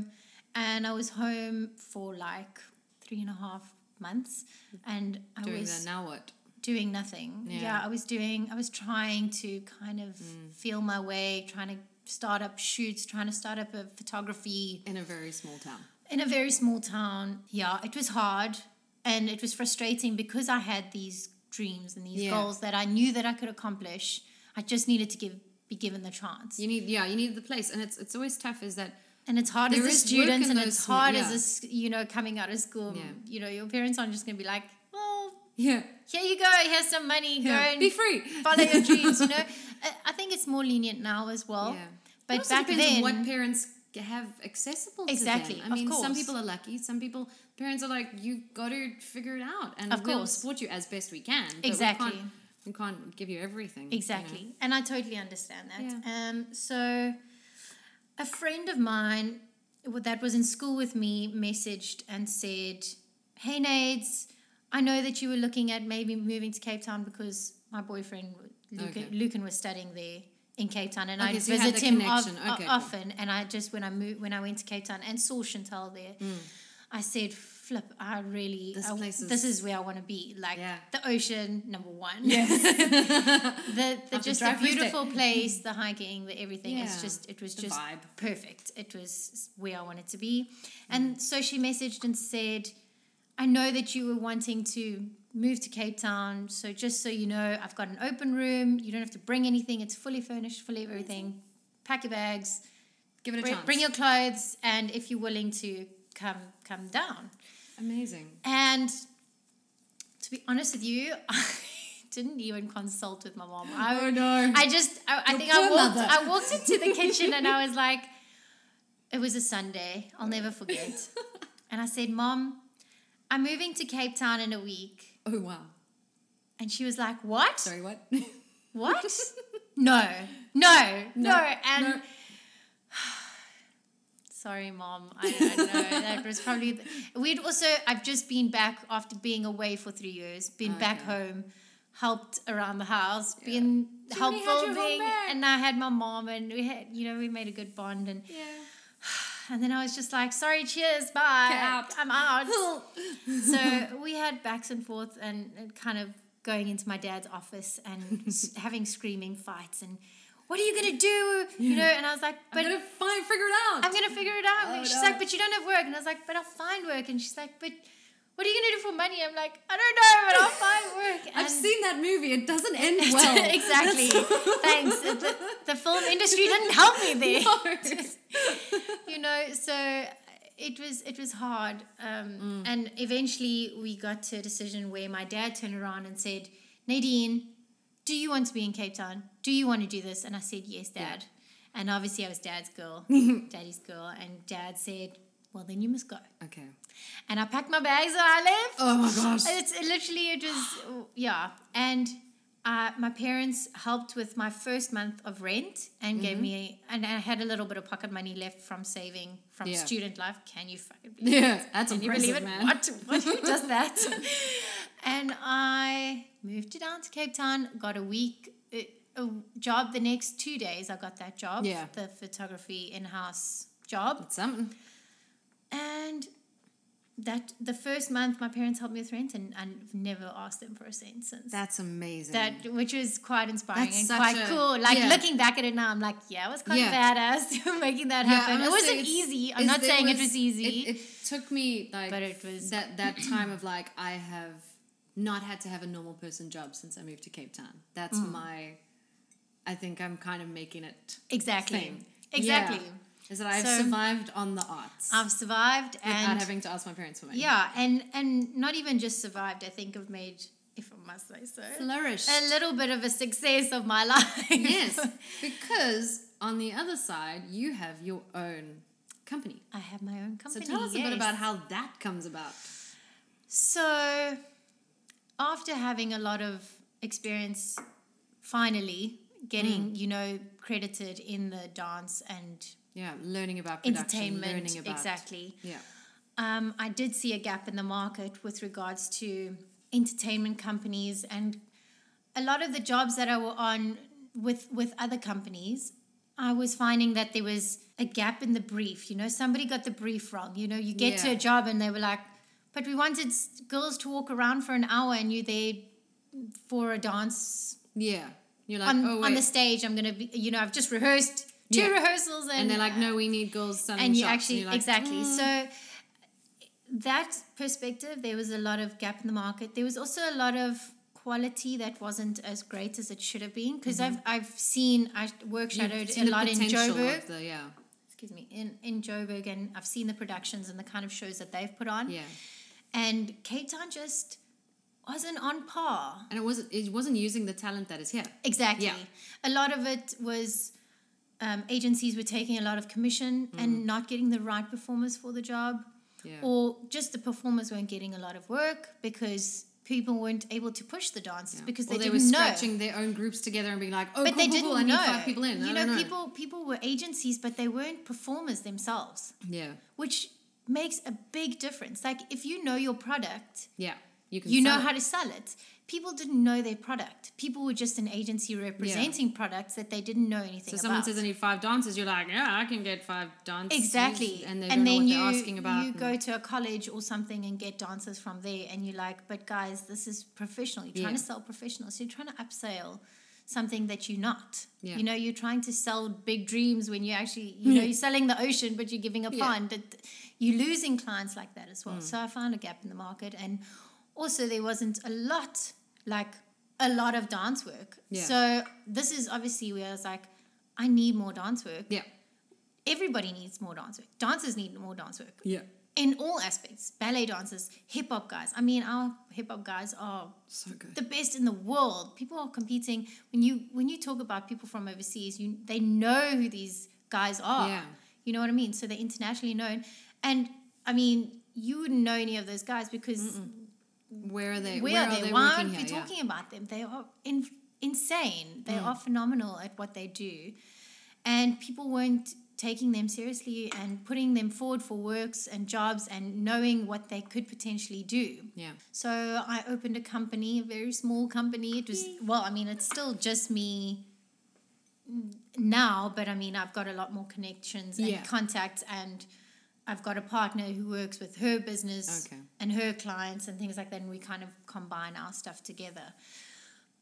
S2: and I was home for like three and a half months, and I
S1: Doing
S2: was
S1: that now what?
S2: doing nothing. Yeah.
S1: Yeah.
S2: I was doing, I was trying to kind of feel my way, trying to start up shoots, trying to start up a photography
S1: In a very small town.
S2: in a very small town. Yeah, it was hard and it was frustrating because I had these dreams and these
S1: Yeah.
S2: goals that I knew that I could accomplish. I just needed to give be given the chance.
S1: You need yeah, you need the place. And it's it's always tough is that
S2: And it's hard
S1: There
S2: as a
S1: is work
S2: student
S1: in
S2: and
S1: those
S2: it's
S1: small-
S2: hard
S1: yeah.
S2: as a, s- you know, coming out of school.
S1: Yeah.
S2: You know, your parents aren't just going to be like, well,
S1: yeah,
S2: here you go, here's some money, go
S1: yeah.
S2: and
S1: be free.
S2: follow your dreams. You know, I, I think it's more lenient now as well.
S1: Yeah. it
S2: But
S1: also
S2: back
S1: depends
S2: then,
S1: on what parents g- have accessible
S2: Exactly,
S1: to them.
S2: of
S1: I mean, some
S2: course.
S1: people are lucky. Some people parents are like, you got to figure it out, and
S2: Of
S1: we'll
S2: course.
S1: support you as best we can. but
S2: Exactly.
S1: we can't, we can't give you everything. you know?
S2: exactly, and I totally understand that.
S1: Yeah.
S2: Um, so a friend of mine w- that was in school with me messaged and said, "Hey Nades, I know that you were looking at maybe moving to Cape Town because my boyfriend Lucan,
S1: Okay.
S2: Lucan was studying there." In Cape Town, and
S1: Okay,
S2: I'd
S1: so you had
S2: visit
S1: the
S2: him of,
S1: connection. Okay, cool.
S2: often. And I just when I moved, when I went to Cape Town and saw Chantal there, I said, "Flip! I really
S1: Mm. This
S2: I-
S1: place is-
S2: this is where I want to be. Like
S1: Yeah.
S2: the ocean, number one.
S1: Yes.
S2: the, the
S1: Have to
S2: just the
S1: drive first day.
S2: beautiful place, the hiking, the everything. It's
S1: Yeah.
S2: just it was
S1: The
S2: just
S1: vibe.
S2: perfect. It was where I wanted to be,
S1: Mm-hmm.
S2: and so she messaged and said, "I know that you were wanting to." Move to Cape Town, so just so you know, I've got an open room. You don't have to bring anything; it's fully furnished, fully everything. Pack your bags,
S1: Give it a
S2: bring,
S1: chance.
S2: bring your clothes, and if you're willing to come, come down.
S1: amazing.
S2: And to be honest with you, I didn't even consult with my mom. I,
S1: Oh no.
S2: I just, I, I
S1: Your
S2: think I
S1: poor
S2: walked,
S1: mother.
S2: I walked into the kitchen and I was like, it was a Sunday. I'll never forget. And I said, Mom, I'm moving to Cape Town in a week.
S1: oh wow.
S2: And she was like, What?
S1: Sorry, what?
S2: What? no, no, no. And
S1: no.
S2: Sorry, mom. I don't know. that was probably. The, we'd also. I've just been back after being away for three years. Been back
S1: Okay.
S2: home, helped around the house, been
S1: So you had
S2: helpful,
S1: your mom
S2: being,
S1: back.
S2: and I had my mom, and we had, you know, we made a good bond, and and then I was just like, sorry, cheers, bye,
S1: Get out.
S2: I'm out. so we had backs and forth, and, and kind of going into my dad's office and s- having screaming fights and what are you going to do? You know, and I was like,
S1: But
S2: but
S1: I'm gonna find, figure it out.
S2: I'm gonna figure it out.
S1: Oh,
S2: she's
S1: no.
S2: like, but you don't have work, and I was like, but I'll find work, and she's like, but what are you gonna do for money? I'm like, I don't know, but I'll find work. And
S1: I've seen that movie. It doesn't end well.
S2: exactly. Thanks. The, the film industry didn't help me there. you know, so it was it was hard, um, and eventually we got to a decision where my dad turned around and said, Nadine, do you want to be in Cape Town? Do you want to do this? And I said, Yes, Dad. And obviously, I was Dad's girl, Daddy's girl, and Dad said, Well, then you must go.
S1: Okay.
S2: And I packed my bags and I left.
S1: Oh my gosh.
S2: It's it literally it was yeah, and uh, my parents helped with my first month of rent and gave me and I had a little bit of pocket money left from saving from
S1: Yeah.
S2: student life. Can you fucking believe
S1: Yeah, that's
S2: Can you
S1: impressive,
S2: believe it?
S1: man.
S2: What? What? Who does that? and I moved to down to Cape Town. Got a week uh, a job. The next two days, I got that job.
S1: Yeah.
S2: the photography in house job.
S1: That's something.
S2: And that the first month my parents helped me with rent and I've never asked them for a cent since.
S1: That's amazing.
S2: that which was quite inspiring
S1: That's
S2: and
S1: such
S2: quite
S1: a-
S2: cool. Like
S1: yeah.
S2: looking back at it now, I'm like, yeah, I was quite badass making that
S1: Yeah,
S2: happen. it
S1: honestly,
S2: wasn't
S1: it's-
S2: easy. I'm
S1: is
S2: not
S1: there
S2: saying it was easy.
S1: It, it took me like,
S2: But it was-
S1: that that time of like I have not had to have a normal person job since I moved to Cape Town. That's
S2: Mm.
S1: my. I think I'm kind of making it
S2: exactly.
S1: thing.
S2: Exactly.
S1: Yeah. Is that I've
S2: So-
S1: survived on the arts
S2: I've survived
S1: without
S2: and
S1: having to ask my parents for money.
S2: yeah, and and not even just survived. I think I've made, if I must say so,
S1: Flourish.
S2: a little bit of a success of my life.
S1: yes, because on the other side you have your own company.
S2: I have my own company.
S1: so tell us a
S2: yes.
S1: bit about how that comes about.
S2: So, after having a lot of experience, finally getting,
S1: Mm.
S2: you know, credited in the dance and
S1: Yeah, learning about production,
S2: entertainment,
S1: learning about
S2: exactly.
S1: Yeah.
S2: Um, I did see a gap in the market with regards to entertainment companies and a lot of the jobs that I were on with with other companies. I was finding that there was a gap in the brief. You know, somebody got the brief wrong. You know, you get to
S1: Yeah.
S2: a job and they were like, "But we wanted s- girls to walk around for an hour, and you're there for a dance
S1: Yeah. You're like,
S2: on,
S1: oh, wait.
S2: on the stage. I'm gonna be, you know, I've just rehearsed two
S1: Yeah.
S2: rehearsals, and,
S1: and they're like, no, we need girls selling
S2: and you
S1: shops.
S2: actually
S1: you're like,
S2: exactly
S1: mm.
S2: so that perspective there was a lot of gap in the market there was also a lot of quality that wasn't as great as it should have been because I've, I've seen i work
S1: Mm-hmm. You've
S2: shadowed
S1: seen
S2: a
S1: the
S2: lot in
S1: potential
S2: joburg
S1: of the- Yeah.
S2: excuse me in, in joburg and i've seen the productions and the kind of shows that they've put on
S1: Yeah.
S2: and cape town just wasn't on par
S1: And it wasn't, it wasn't using the talent that is here.
S2: Exactly.
S1: Yeah.
S2: A lot of it was um, agencies were taking a lot of commission
S1: Mm.
S2: and not getting the right performers for the job,
S1: Yeah.
S2: or just the performers weren't getting a lot of work because people weren't able to push the dances
S1: Yeah.
S2: because
S1: or
S2: they,
S1: were
S2: didn't know.
S1: scratching their own groups together and being like, oh,
S2: But
S1: cool,
S2: they
S1: cool,
S2: didn't
S1: cool, I need
S2: know.
S1: five people in. I
S2: You know,
S1: don't
S2: people people were agencies, but they weren't performers themselves,
S1: Yeah.
S2: which makes a big difference. Like if you know your product,
S1: Yeah. You can
S2: you know
S1: sell
S2: how
S1: it.
S2: to sell it. People didn't know their product. People were just an agency representing products that they didn't know anything
S1: So
S2: about.
S1: someone says I need five dancers. You're like, yeah, I can get five dancers.
S2: Exactly.
S1: And they don't know what
S2: you,
S1: they're asking about.
S2: You
S1: and-
S2: go to a college or something and get dancers from there, and you're like, but guys, this is professional. You're trying to
S1: Yeah.
S2: sell professional. So you're trying to upsell something that you're not.
S1: Yeah.
S2: You know, you're trying to sell big dreams when you actually, you know, you're selling the ocean, but you're giving a
S1: Yeah. Mm.
S2: pond. But you're losing clients like that as well. So I found a gap in the market. And also, there wasn't a lot, like a lot of dance work.
S1: Yeah.
S2: So this is obviously where I was like, I need more dance work
S1: yeah.
S2: everybody needs more dance work. Dancers need more dance work
S1: Yeah.
S2: in all aspects. Ballet dancers, hip hop guys. I mean, our hip hop guys are
S1: So good.
S2: the best in the world. People are competing. When you when you talk about people from overseas, you they know who these guys are.
S1: Yeah.
S2: You know what I mean? So they're internationally known. And I mean, you wouldn't know any of those guys because
S1: where are they?
S2: where, are they? Why
S1: working
S2: aren't we
S1: here? Yeah. Mm.
S2: talking about them? They are in, insane. They are phenomenal at what they do, and people weren't taking them seriously and putting them forward for works and jobs and knowing what they could potentially do.
S1: Yeah.
S2: So I opened a company, a very small company. It was well, I mean, it's still just me now, but I mean, I've got a lot more connections and
S1: Yeah.
S2: contacts, and I've got a partner who works with her business
S1: Okay.
S2: and her clients and things like that, and we kind of combine our stuff together.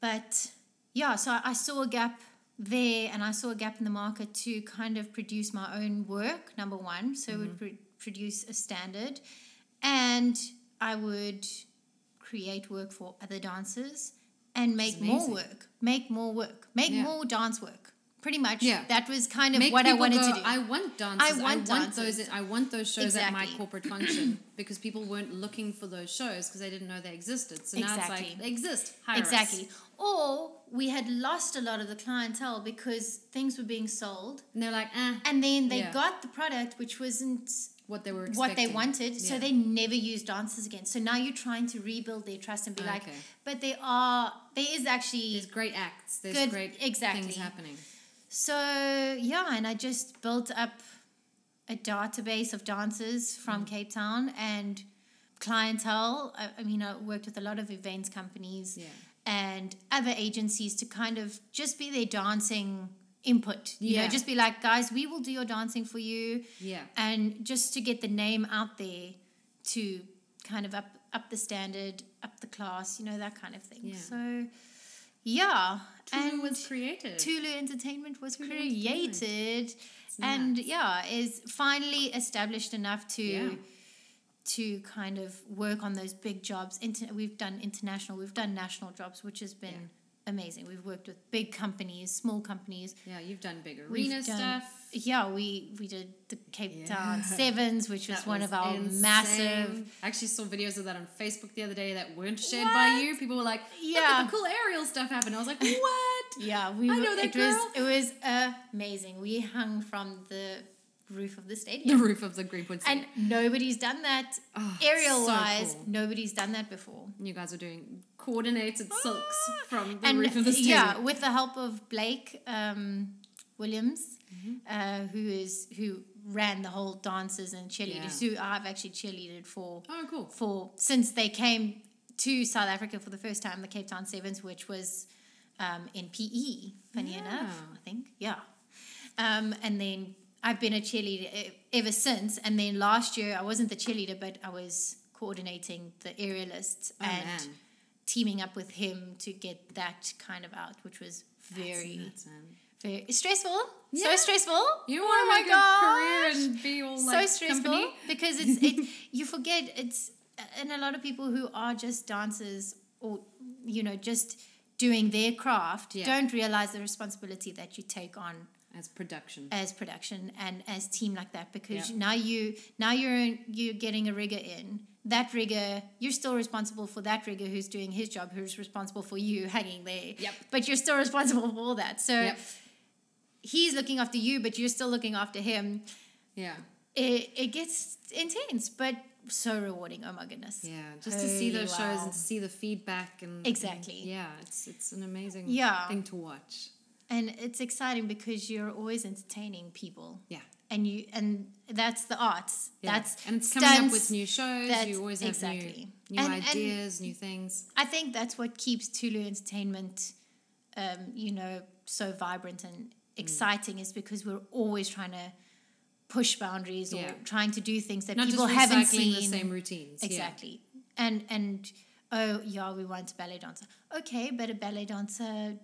S2: But yeah, so I- I saw a gap there, and I saw a gap in the market to kind of produce my own work, number one. So it would
S1: Mm-hmm.
S2: pr- produce a standard, and I would create work for other dancers and make more
S1: amazing.
S2: work, make more work, make
S1: Yeah.
S2: more dance work. Pretty much,
S1: Yeah.
S2: that was kind of
S1: Make
S2: what I
S1: people
S2: wanted
S1: go,
S2: to do.
S1: I want dances. I want,
S2: want
S1: those.
S2: dances."
S1: I want those shows at my
S2: Exactly.
S1: corporate function because people weren't looking for those shows because they didn't know they existed. So now it's like
S2: Exactly.
S1: they exist. Hire us.
S2: Exactly. Or we had lost a lot of the clientele because things were being sold,
S1: And they're like, eh,
S2: and then they
S1: Yeah.
S2: got the product which wasn't
S1: what they were expecting.
S2: what they wanted, so
S1: Yeah.
S2: they never used dancers again. So now you're trying to rebuild their trust and be like,
S1: Okay.
S2: but they are there is actually
S1: There's great acts. There's
S2: Good-
S1: great
S2: exactly.
S1: things happening.
S2: so yeah, and I just built up a database of dancers from
S1: Mm-hmm.
S2: Cape Town and clientele. I, I mean, I worked with a lot of events companies
S1: Yeah.
S2: and other agencies to kind of just be their dancing input. You
S1: Yeah.
S2: know, just be like, guys, we will do your dancing for you,
S1: Yeah.
S2: and just to get the name out there to kind of up up the standard, up the class, you know, that kind of thing.
S1: Yeah.
S2: So yeah,
S1: Tulu was created.
S2: Tulu Entertainment was
S1: Tulu Entertainment.
S2: created, and yeah, is finally established enough to
S1: Yeah.
S2: to kind of work on those big jobs. Inter- we've done international, we've done national jobs, which has been amazing. We've worked with big companies, small companies.
S1: Yeah, you've done big
S2: We've
S1: arena
S2: done-
S1: stuff.
S2: Yeah, we we did the Cape
S1: Yeah.
S2: Town Sevens, which was
S1: That
S2: one
S1: was
S2: of our
S1: insane.
S2: massive.
S1: I actually saw videos of that on Facebook the other day that weren't shared by you. People were like, yeah. look at
S2: Yeah.
S1: the cool aerial stuff happened. I was like, what?
S2: Yeah, we.
S1: I
S2: were-
S1: know that
S2: it
S1: girl.
S2: was it was amazing. We hung from the roof of the stadium.
S1: the roof of the Greenwood Center.
S2: And nobody's done that
S1: Oh,
S2: aerial
S1: so
S2: wise.
S1: cool.
S2: Nobody's done that before.
S1: you guys were doing coordinated silks from the
S2: Ah. and
S1: roof of the stadium.
S2: yeah, with the help of Blake um, Williams,
S1: Mm-hmm.
S2: uh, who is who ran the whole dancers and cheerleaders. Who I've actually cheerleaded for
S1: Oh, cool.
S2: for since they came to South Africa for the first time, the Cape Town Sevens, which was um, in PE, funny enough,
S1: Yeah.
S2: I think. Yeah. Um, and then I've been a cheerleader e- ever since. And then last year, I wasn't the cheerleader, but I was coordinating the aerialists
S1: Oh,
S2: and
S1: man.
S2: teaming up with him to get that kind of out, which was very,
S1: That's nuts, man.
S2: very stressful.
S1: Yeah.
S2: So stressful.
S1: You
S2: Oh
S1: want
S2: my
S1: to make a
S2: gosh
S1: career and be all
S2: so
S1: like
S2: stressful
S1: company?
S2: because it's it you forget it's and a lot of people who are just dancers or you know just doing their craft
S1: Yeah.
S2: don't realize the responsibility that you take on
S1: As production.
S2: as production and as team like that because
S1: Yeah.
S2: now you now you're you're getting a rigger in that rigger you're still responsible for that rigger who's doing his job who's responsible for you hanging there
S1: Yep.
S2: but you're still responsible for all that so
S1: Yep.
S2: he's looking after you but you're still looking after him
S1: Yeah.
S2: it, it gets intense, but so rewarding. Oh my goodness.
S1: Yeah. Just to see
S2: Holy
S1: those shows
S2: wow.
S1: and to see the feedback and and-
S2: Exactly.
S1: yeah, it's it's an amazing
S2: Yeah.
S1: thing to watch.
S2: And it's exciting because you're always entertaining people.
S1: Yeah.
S2: And you and that's the arts.
S1: Yeah.
S2: That's
S1: and it's coming up with
S2: stunts.
S1: new shows.
S2: that's-
S1: You always have
S2: exactly.
S1: new, new
S2: And- and-
S1: ideas, new things.
S2: I think that's what keeps Tulu Entertainment um, you know, so vibrant and
S1: Mm.
S2: exciting is because we're always trying to push boundaries or
S1: Yeah.
S2: trying to do things that
S1: Not
S2: people
S1: just
S2: haven't
S1: recycling
S2: seen.
S1: the same routines. yeah.
S2: Exactly. And and oh yeah, we want a ballet dancer. Okay, but a ballet dancer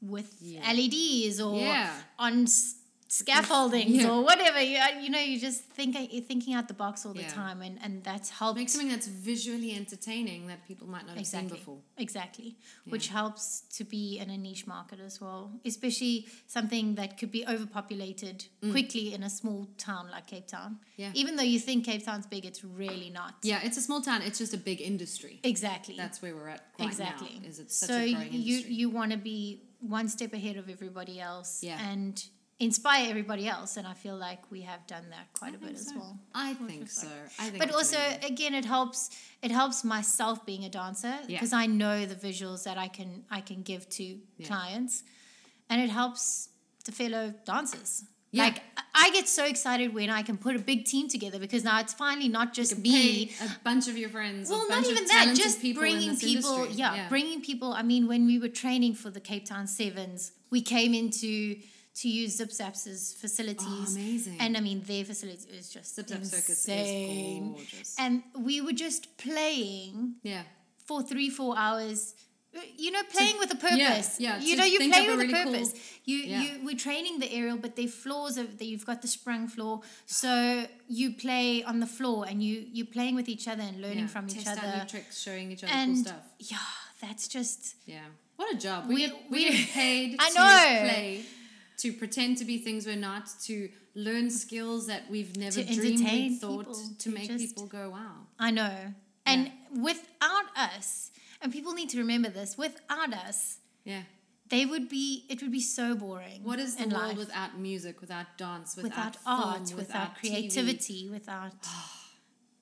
S2: with
S1: Yeah.
S2: LEDs or
S1: Yeah.
S2: on s- scaffoldings
S1: Yeah.
S2: or whatever. You uh, you know you just think uh, you're thinking out the box all the
S1: Yeah.
S2: time, and and that's helped
S1: Make something that's visually entertaining that people might not have
S2: exactly
S1: seen before.
S2: exactly, which helps to be in a niche market as well, especially something that could be overpopulated quickly in a small town like Cape Town.
S1: Mm. Yeah.
S2: Even though you think Cape Town's big, it's really not.
S1: Yeah, it's a small town. It's just a big industry.
S2: Exactly.
S1: That's where we're at right
S2: exactly.
S1: now. Is it such
S2: so
S1: a growing
S2: you
S1: industry?
S2: you want to be one step ahead of everybody else
S1: Yeah.
S2: and inspire everybody else, and I feel like we have done that quite a
S1: I
S2: bit
S1: think
S2: as
S1: so.
S2: well.
S1: I think so. I think.
S2: But
S1: it's
S2: also,
S1: amazing.
S2: again, it helps. It helps myself being a dancer
S1: Yeah.
S2: because I know the visuals that I can I can give to clients, and it helps the fellow dancers.
S1: Yeah.
S2: Like I- I get so excited when I can put a big team together because now it's finally not just me.
S1: Pay a bunch of your friends. a
S2: Well, not
S1: bunch
S2: even
S1: of
S2: that.
S1: talented
S2: Just
S1: people in
S2: bringing
S1: this
S2: people,
S1: industry.
S2: yeah, bringing people. I mean, when we were training for the Cape Town Sevens, we came into to use Zip Zap's facilities.
S1: Oh, amazing.
S2: And I mean, their facility is just
S1: Zip Zap Circus is
S2: insane.
S1: gorgeous.
S2: And we were just playing
S1: yeah.
S2: for three, four hours. Uh, You know, playing with a purpose.
S1: yeah,
S2: You
S1: to
S2: know, you
S1: think
S2: play
S1: of a
S2: with a
S1: really cool-
S2: purpose. you,
S1: yeah.
S2: you, we're training the aerial, but their floors are that you've got the sprung floor, so you play on the floor and you you're playing with each other and learning
S1: yeah.
S2: from each
S1: Test out
S2: other.
S1: new tricks, showing each other
S2: And
S1: cool stuff.
S2: yeah, that's just
S1: Yeah. What a job. We,
S2: We-
S1: get, we,
S2: we-
S1: get paid
S2: I
S1: to
S2: know.
S1: play, to pretend to be things we're not, to learn skills that we've never
S2: To
S1: dreamed we
S2: entertain
S1: thought,
S2: people,
S1: to
S2: to
S1: make
S2: just-
S1: people go, wow.
S2: I know. And without us, and people need to remember this, without us,
S1: Yeah.
S2: they would be it would be so boring.
S1: What is the
S2: in
S1: world
S2: life.
S1: without music, without dance, without,
S2: without,
S1: film,
S2: art, without,
S1: without TV?
S2: creativity, without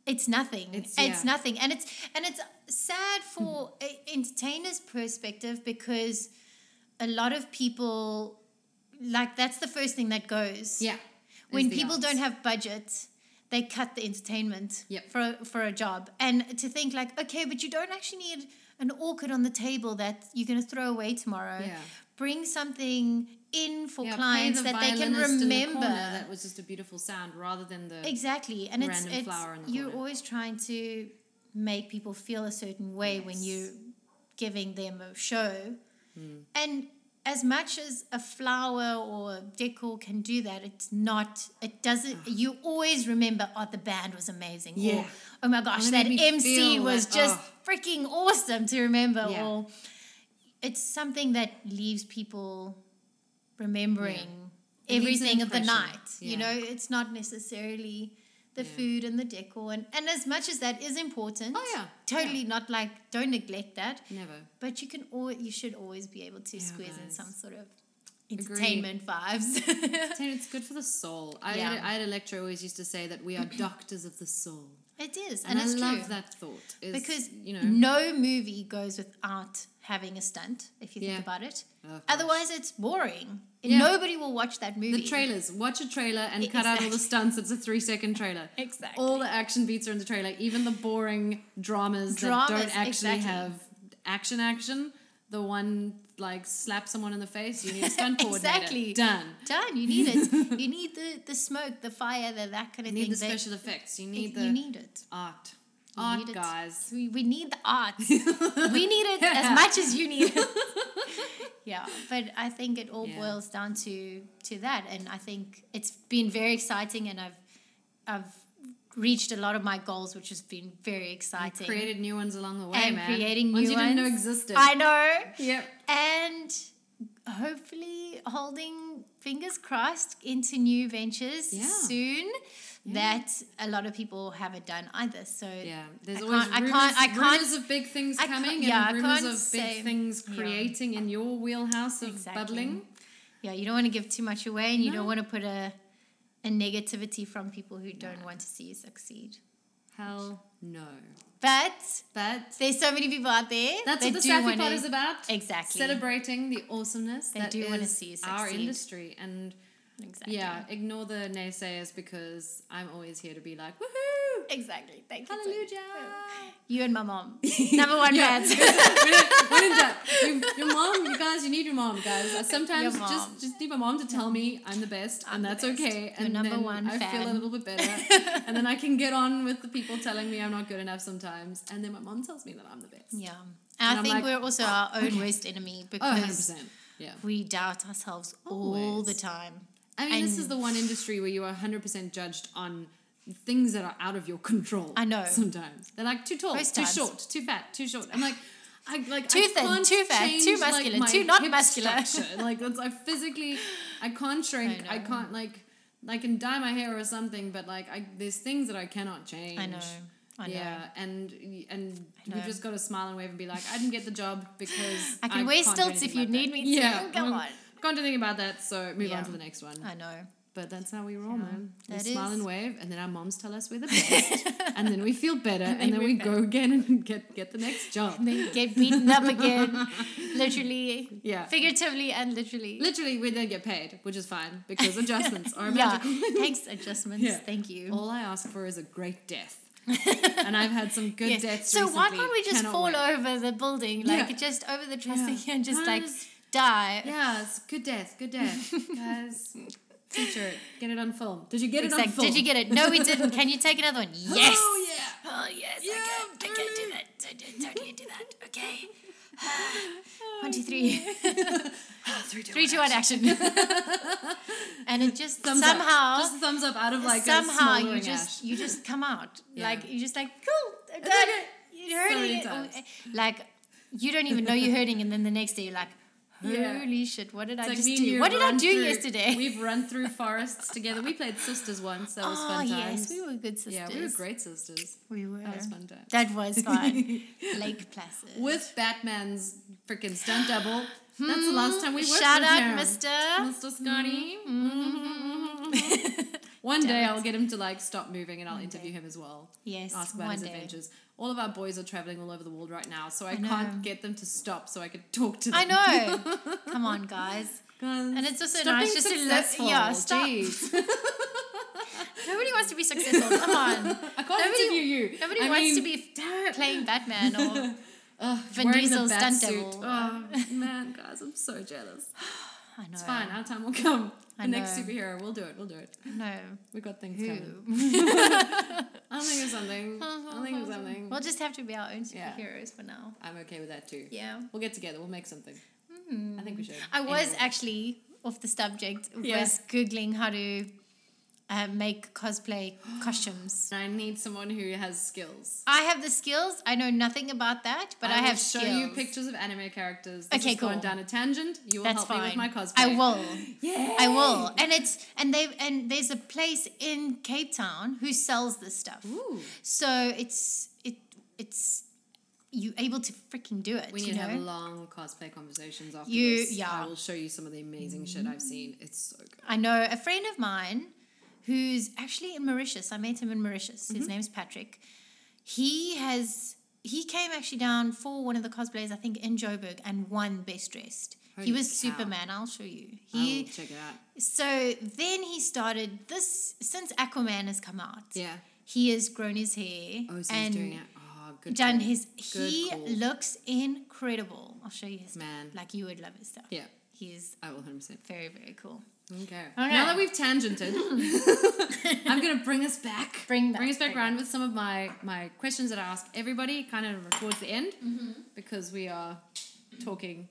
S2: it's nothing.
S1: It's-
S2: It's,
S1: yeah.
S2: nothing, and it's and it's sad for a entertainers' perspective because a lot of people like that's the first thing that goes.
S1: Yeah.
S2: when
S1: is the
S2: people don't
S1: arts.
S2: have budget. They cut the entertainment
S1: Yep.
S2: for a, for a job, and to think like, okay, but you don't actually need an orchid on the table that you're going to throw away tomorrow.
S1: Yeah.
S2: Bring something in for
S1: Yeah, play
S2: clients
S1: the
S2: that they can
S1: violinist in the
S2: remember.
S1: corner that was just a beautiful sound rather than the.
S2: Exactly, and it's,
S1: random
S2: it's
S1: flower in the
S2: you're
S1: corner.
S2: always trying to make people feel a certain way when
S1: Yes. Hmm.
S2: you're giving them a show, and as much as a flower or a decor can do that, it's not. It doesn't. You always remember, oh, the band was amazing.
S1: Ah. Yeah.
S2: Or, oh my gosh,
S1: it
S2: that
S1: made me
S2: MC
S1: feel
S2: was
S1: that,
S2: just
S1: oh.
S2: freaking awesome to remember.
S1: Yeah.
S2: Or it's something that leaves people remembering
S1: It leaves an
S2: everything of the
S1: impression.
S2: night.
S1: Yeah.
S2: You know, it's not necessarily the
S1: Yeah.
S2: food and the decor, and, and as much as that is important,
S1: Oh, yeah.
S2: totally not like don't neglect that.
S1: Never.
S2: But you can always you should always be able to
S1: Yeah,
S2: squeeze in
S1: guys.
S2: some sort of
S1: Agreed.
S2: entertainment vibes.
S1: Tell you, It's good for the soul. I, had,
S2: Yeah.
S1: a- I had a lecturer who always used to say that we are doctors of the soul.
S2: it is,
S1: And,
S2: and, it's
S1: I love
S2: true.
S1: that thought. is,
S2: because
S1: you know,
S2: no movie goes without having a stunt. If you
S1: Yeah.
S2: think about it,
S1: Oh, gosh.
S2: otherwise it's boring.
S1: Yeah.
S2: Nobody will watch that movie.
S1: The trailers. Watch a trailer and cut out all the
S2: E- Exactly.
S1: stunts. It's a three second trailer.
S2: Exactly.
S1: All the action beats are in the trailer. Even the boring dramas, that
S2: Dramas,
S1: don't actually
S2: exactly.
S1: have action action. The one like slap someone in the face. You need a stunt coordinator.
S2: Exactly.
S1: Done.
S2: done. You need it. you need the the smoke, the fire, the that kind
S1: You
S2: of
S1: need
S2: thing.
S1: the
S2: They-
S1: special effects. You need the
S2: you need it.
S1: art.
S2: You
S1: art,
S2: need it.
S1: guys.
S2: We, we need the art. we need it as much as you need it. yeah, but I think it all
S1: Yeah.
S2: boils down to to that, and I think it's been very exciting, and I've I've reached a lot of my goals, which has been very exciting.
S1: Created new ones along the way,
S2: And
S1: man.
S2: creating
S1: ones you
S2: new
S1: didn't know
S2: ones.
S1: existed.
S2: I know,
S1: Yep.
S2: and hopefully holding fingers crossed into new ventures
S1: Yeah.
S2: soon that a lot of people haven't done either. So
S1: Yeah, there's
S2: I
S1: always
S2: can't- I
S1: rumors,
S2: can't- I can't-
S1: rumors of big things
S2: I can't-
S1: coming
S2: yeah, I
S1: and rumors
S2: can't
S1: of big
S2: say-
S1: things
S2: yeah.
S1: creating in your wheelhouse of
S2: Exactly.
S1: bubbling.
S2: Yeah, you don't want to give too much away, and you
S1: No.
S2: don't want to put a a negativity from people who don't want to see you succeed.
S1: Hell no.
S2: But
S1: But
S2: there's so many people out there
S1: that's
S2: that
S1: what the
S2: do
S1: Sappy
S2: want
S1: Pod
S2: to-
S1: is about.
S2: Exactly.
S1: Celebrating the awesomeness
S2: They
S1: that
S2: do wanna
S1: is
S2: see you
S1: our
S2: succeed.
S1: industry. And
S2: Exactly.
S1: yeah, ignore the naysayers because I'm always here to be like, woohoo!
S2: Exactly. Thank you. so much.
S1: Hallelujah!
S2: You and my mom, number one
S1: Yeah.
S2: fans.
S1: When it- when in doubt, you- your mom, you guys, you need your mom, guys. I sometimes
S2: Your
S1: just
S2: mom.
S1: just need my mom to tell me I'm the best, and
S2: the
S1: that's
S2: best.
S1: okay.
S2: Your
S1: And
S2: number
S1: then
S2: one
S1: I feel a
S2: fan.
S1: little bit better, and then I can get on with the people telling me I'm not good enough sometimes, and then my mom tells me that I'm the best.
S2: Yeah,
S1: And
S2: and, I
S1: I'm
S2: think
S1: like,
S2: we're also our own worst enemy
S1: Oh, 100
S2: because
S1: percent. Yeah.
S2: we doubt ourselves all
S1: Always.
S2: the time.
S1: I mean, this
S2: And-
S1: is the one industry where you are 100 percent judged on things that are out of your control.
S2: I know.
S1: Sometimes they're like too tall,
S2: Most
S1: too
S2: times.
S1: short, too fat, too short. I'm like. I, like,
S2: Too
S1: I
S2: thin,
S1: can't
S2: too fat,
S1: change,
S2: too
S1: like,
S2: muscular,
S1: my
S2: too not
S1: hip
S2: muscular.
S1: structure. like that's, I physically, I can't shrink. I,
S2: know.
S1: can't like, I can dye my hair or something, but like, I, there's things that I cannot change.
S2: I know. I know.
S1: Yeah, and and
S2: I
S1: we've
S2: know.
S1: just got to smile and wave and be like, I didn't get the job because
S2: I can wear
S1: can't do
S2: stilts if
S1: anything
S2: you
S1: about
S2: need
S1: that. Mm.
S2: me to. Come
S1: well,
S2: on.
S1: Can't do anything about that, so move
S2: Yeah.
S1: on to the next one.
S2: I know.
S1: But that's how we roll,
S2: Yeah,
S1: man. We
S2: that
S1: smile
S2: is-
S1: and wave, and then our moms tell us we're the best, and then we feel better, and then
S2: we're
S1: we
S2: better.
S1: go again and get get the next job.
S2: And then get beaten up again, literally,
S1: Yeah,
S2: figuratively, and literally.
S1: literally, we then get paid, which is fine because adjustments are
S2: yeah.
S1: magical.
S2: Thanks, adjustments.
S1: Yeah.
S2: Thank you.
S1: All I ask for is a great death, and I've had some good
S2: Yes.
S1: deaths.
S2: So why
S1: recently.
S2: can't we just
S1: Cannot
S2: fall
S1: wait.
S2: over the building, like
S1: Yeah.
S2: just over the
S1: Yeah.
S2: trestle and just like
S1: Just
S2: die.
S1: Yeah, it's good death, good death. Guys, feature it. Get it on film. Did you get it on
S2: Exact-
S1: film?
S2: Did you get it? No, we didn't. Can you take another one? Yes.
S1: Oh, yeah.
S2: Oh yes,
S1: Yeah,
S2: I can. I can do
S1: brilliant.
S2: that. I can totally do that. Okay. one, two, three.
S1: Three, two,
S2: Three, two, one, action. and it just
S1: Thumbs up.
S2: somehow,
S1: Just thumbs up out of like a
S2: somehow you
S1: smoldering
S2: just
S1: ash.
S2: you just come out
S1: Yeah.
S2: like you just like cool. I'm done.
S1: okay.
S2: You heard
S1: many
S2: it.
S1: times.
S2: Like you don't even know you're hurting, and then the next day you're like,
S1: Yeah.
S2: holy shit, what did I
S1: It's like
S2: just
S1: me and
S2: do?
S1: you
S2: What did I
S1: run
S2: do
S1: through-
S2: yesterday?
S1: We've run through forests together. We played sisters once. That was
S2: oh
S1: fun times.
S2: yes, we were good sisters.
S1: yeah, we were great sisters.
S2: We were.
S1: That was fun times.
S2: That was fun. Lake Placid.
S1: With Batman's freaking stunt double. That's the last time we worked
S2: Hmm, Shout
S1: with
S2: out,
S1: him.
S2: Mr.
S1: Mr. Scotty.
S2: Mm-hmm.
S1: One day I'll get him to like stop moving and I'll interview him as well.
S2: Yes,
S1: Ask about
S2: one
S1: his
S2: day.
S1: adventures. All of our boys are traveling all over the world right now, so I,
S2: know.
S1: can't get them to stop so I can talk to them.
S2: I know. Come on, guys.
S1: and
S2: it's also
S1: stop
S2: nice
S1: being
S2: just to let-
S1: successful.
S2: yeah, stop.
S1: Jeez.
S2: Nobody wants to be successful. Come on.
S1: I can't
S2: Nobody-
S1: interview you.
S2: Nobody
S1: I
S2: wants
S1: mean,
S2: to be f- playing Batman or
S1: Ugh,
S2: Vin
S1: wearing the
S2: Diesel's
S1: bat
S2: stunt
S1: suit.
S2: double.
S1: Oh man, guys, I'm so jealous.
S2: I know.
S1: It's fine. Our time will come. The
S2: I
S1: next
S2: know.
S1: superhero, we'll do it. We'll do it.
S2: No.
S1: We got things coming.
S2: Who?
S1: I'll think of something. I'll think of something.
S2: We'll just have to be our own
S1: Yeah.
S2: superheroes for now.
S1: I'm okay with that too.
S2: Yeah. Hmm.
S1: We'll get together. We'll make something. I think we should.
S2: I was
S1: Anyway.
S2: actually off the subject.
S1: Yeah.
S2: Was googling how to uh, make cosplay costumes.
S1: I need someone who has skills.
S2: I have the skills. I know nothing about that, but I,
S1: will
S2: have
S1: show
S2: skills.
S1: you pictures of anime characters. This
S2: Okay,
S1: has gone
S2: cool.
S1: down a tangent. You will
S2: That's
S1: help
S2: fine.
S1: me with my cosplay.
S2: I will.
S1: Yeah.
S2: I will. And it's and they and there's a place in Cape Town who sells this stuff.
S1: Ooh.
S2: So it's it it's you able to freaking do it.
S1: We need
S2: you
S1: to
S2: know?
S1: have long cosplay conversations after
S2: You-
S1: this.
S2: yeah.
S1: I will show you some of the amazing shit I've seen. It's so good.
S2: I know a friend of mine who's actually in Mauritius. I met him in Mauritius.
S1: Mm-hmm.
S2: His name's Patrick. He has he came actually down for one of the cosplays, I think, in Joburg and won best dressed. he
S1: Holy
S2: was
S1: cow.
S2: Superman. I'll show you.
S1: I
S2: He
S1: will check it out.
S2: so then he started this since Aquaman has come out.
S1: Yeah.
S2: He has grown his hair
S1: Oh, so he's
S2: and
S1: doing it. Oh, good.
S2: done
S1: call.
S2: his.
S1: Good
S2: He
S1: call.
S2: looks incredible. I'll show you his stuff.
S1: Man.
S2: Like you would love his stuff.
S1: Yeah,
S2: He is
S1: I will 100%.
S2: very very cool.
S1: Okay.
S2: Okay.
S1: Now that we've tangented, I'm gonna bring us back.
S2: Bring back,
S1: us back
S2: bring
S1: around with some of my my questions that I ask everybody, kind of towards the end,
S2: Mm-hmm.
S1: because we are talking.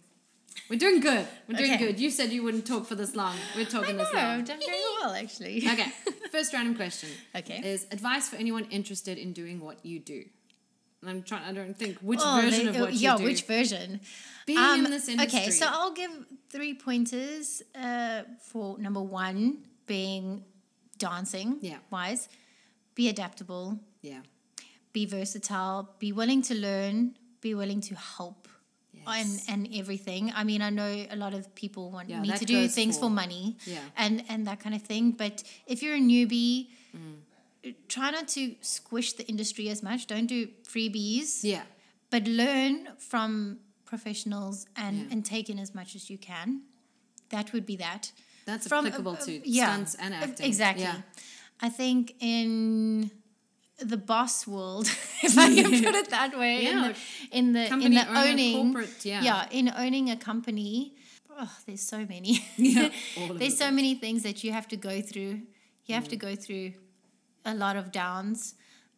S1: We're doing good. We're doing
S2: Okay.
S1: good. You said you wouldn't talk for this long. We're talking this
S2: I've
S1: long.
S2: done very well actually.
S1: Okay. First random question.
S2: Okay.
S1: Is advice for anyone interested in doing what you do? And I'm trying. I don't think which
S2: Oh,
S1: version
S2: they-
S1: of
S2: oh,
S1: what you
S2: yeah,
S1: do.
S2: which version?
S1: Being
S2: Um,
S1: in this industry.
S2: Okay, so I'll give three pointers uh, for number one being dancing
S1: Yeah.
S2: wise. Be adaptable,
S1: yeah.
S2: be versatile, be willing to learn, be willing to help.
S1: Yes.
S2: And, and everything. I mean, I know a lot of people want
S1: Yeah,
S2: me
S1: that
S2: to do
S1: goes
S2: things for,
S1: for-
S2: money
S1: Yeah.
S2: and and that kind of thing. But if you're a newbie,
S1: Mm.
S2: try not to squish the industry as much. Don't do freebies
S1: Yeah.
S2: but learn from professionals and
S1: Yeah.
S2: and take in as much as you can that would be that
S1: That's
S2: From-
S1: applicable
S2: uh,
S1: to
S2: uh, yeah,
S1: stunts and
S2: uh,
S1: acting.
S2: exactly
S1: Yeah.
S2: i think in the boss world if i can put it that way in
S1: Yeah,
S2: the in the, in
S1: company
S2: the
S1: owner,
S2: owning
S1: corporate, yeah.
S2: in owning a company oh there's so many
S1: Yeah, all of
S2: there's
S1: it.
S2: so many things that you have to go through you have to go through a lot of downs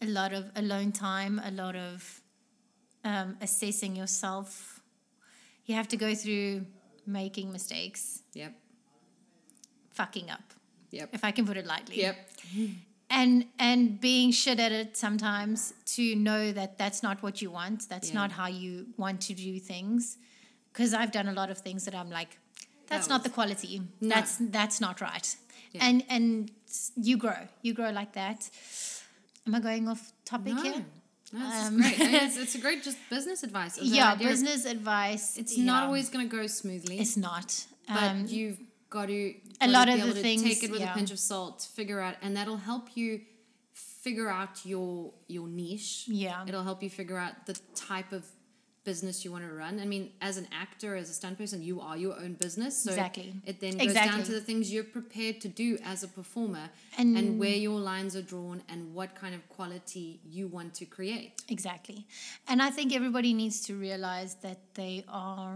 S2: a lot of alone time a lot of um, assessing yourself you have to go through making mistakes
S1: Yep.
S2: fucking up
S1: Yep.
S2: if i can put it lightly
S1: Yep.
S2: and and being shit at it sometimes to know that that's not what you want that's
S1: Yeah.
S2: not how you want to do things because i've done a lot of things that i'm like that's
S1: That
S2: not the quality that's that's not right
S1: Yeah.
S2: and and s- you grow you grow like that am i going off topic
S1: No.
S2: here
S1: No, it's
S2: Um,
S1: great. I mean, it's, it's a great just business advice. It's an
S2: yeah
S1: idea of-
S2: business advice
S1: It's
S2: you
S1: not
S2: know,
S1: always going to go smoothly,
S2: it's not
S1: but
S2: um,
S1: you've got to
S2: a
S1: gotta
S2: lot
S1: be
S2: of
S1: able
S2: the
S1: to
S2: things-
S1: take it with
S2: yeah.
S1: a pinch of salt, figure out, and that'll help you figure out your your niche.
S2: Yeah.
S1: it'll help you figure out the type of business you want to run. I mean, as an actor, as a stunt person, you are your own business. So
S2: Exactly.
S1: It then goes
S2: Exactly.
S1: down to the things you're prepared to do as a performer,
S2: And-
S1: and where your lines are drawn, and what kind of quality you want to create.
S2: Exactly. And I think everybody needs to realize that they are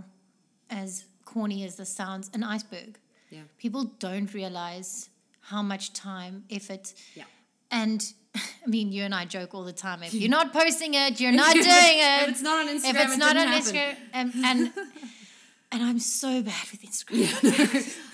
S2: as corny as this sounds, an iceberg.
S1: Yeah.
S2: People don't realize how much time, effort,
S1: Yeah.
S2: and I mean, you and I joke all the time. If you're not posting it, you're not doing it.
S1: If it's not on Instagram,
S2: If it's
S1: it
S2: not on
S1: didn't happen.
S2: Instagram, um, and and I'm so bad with Instagram.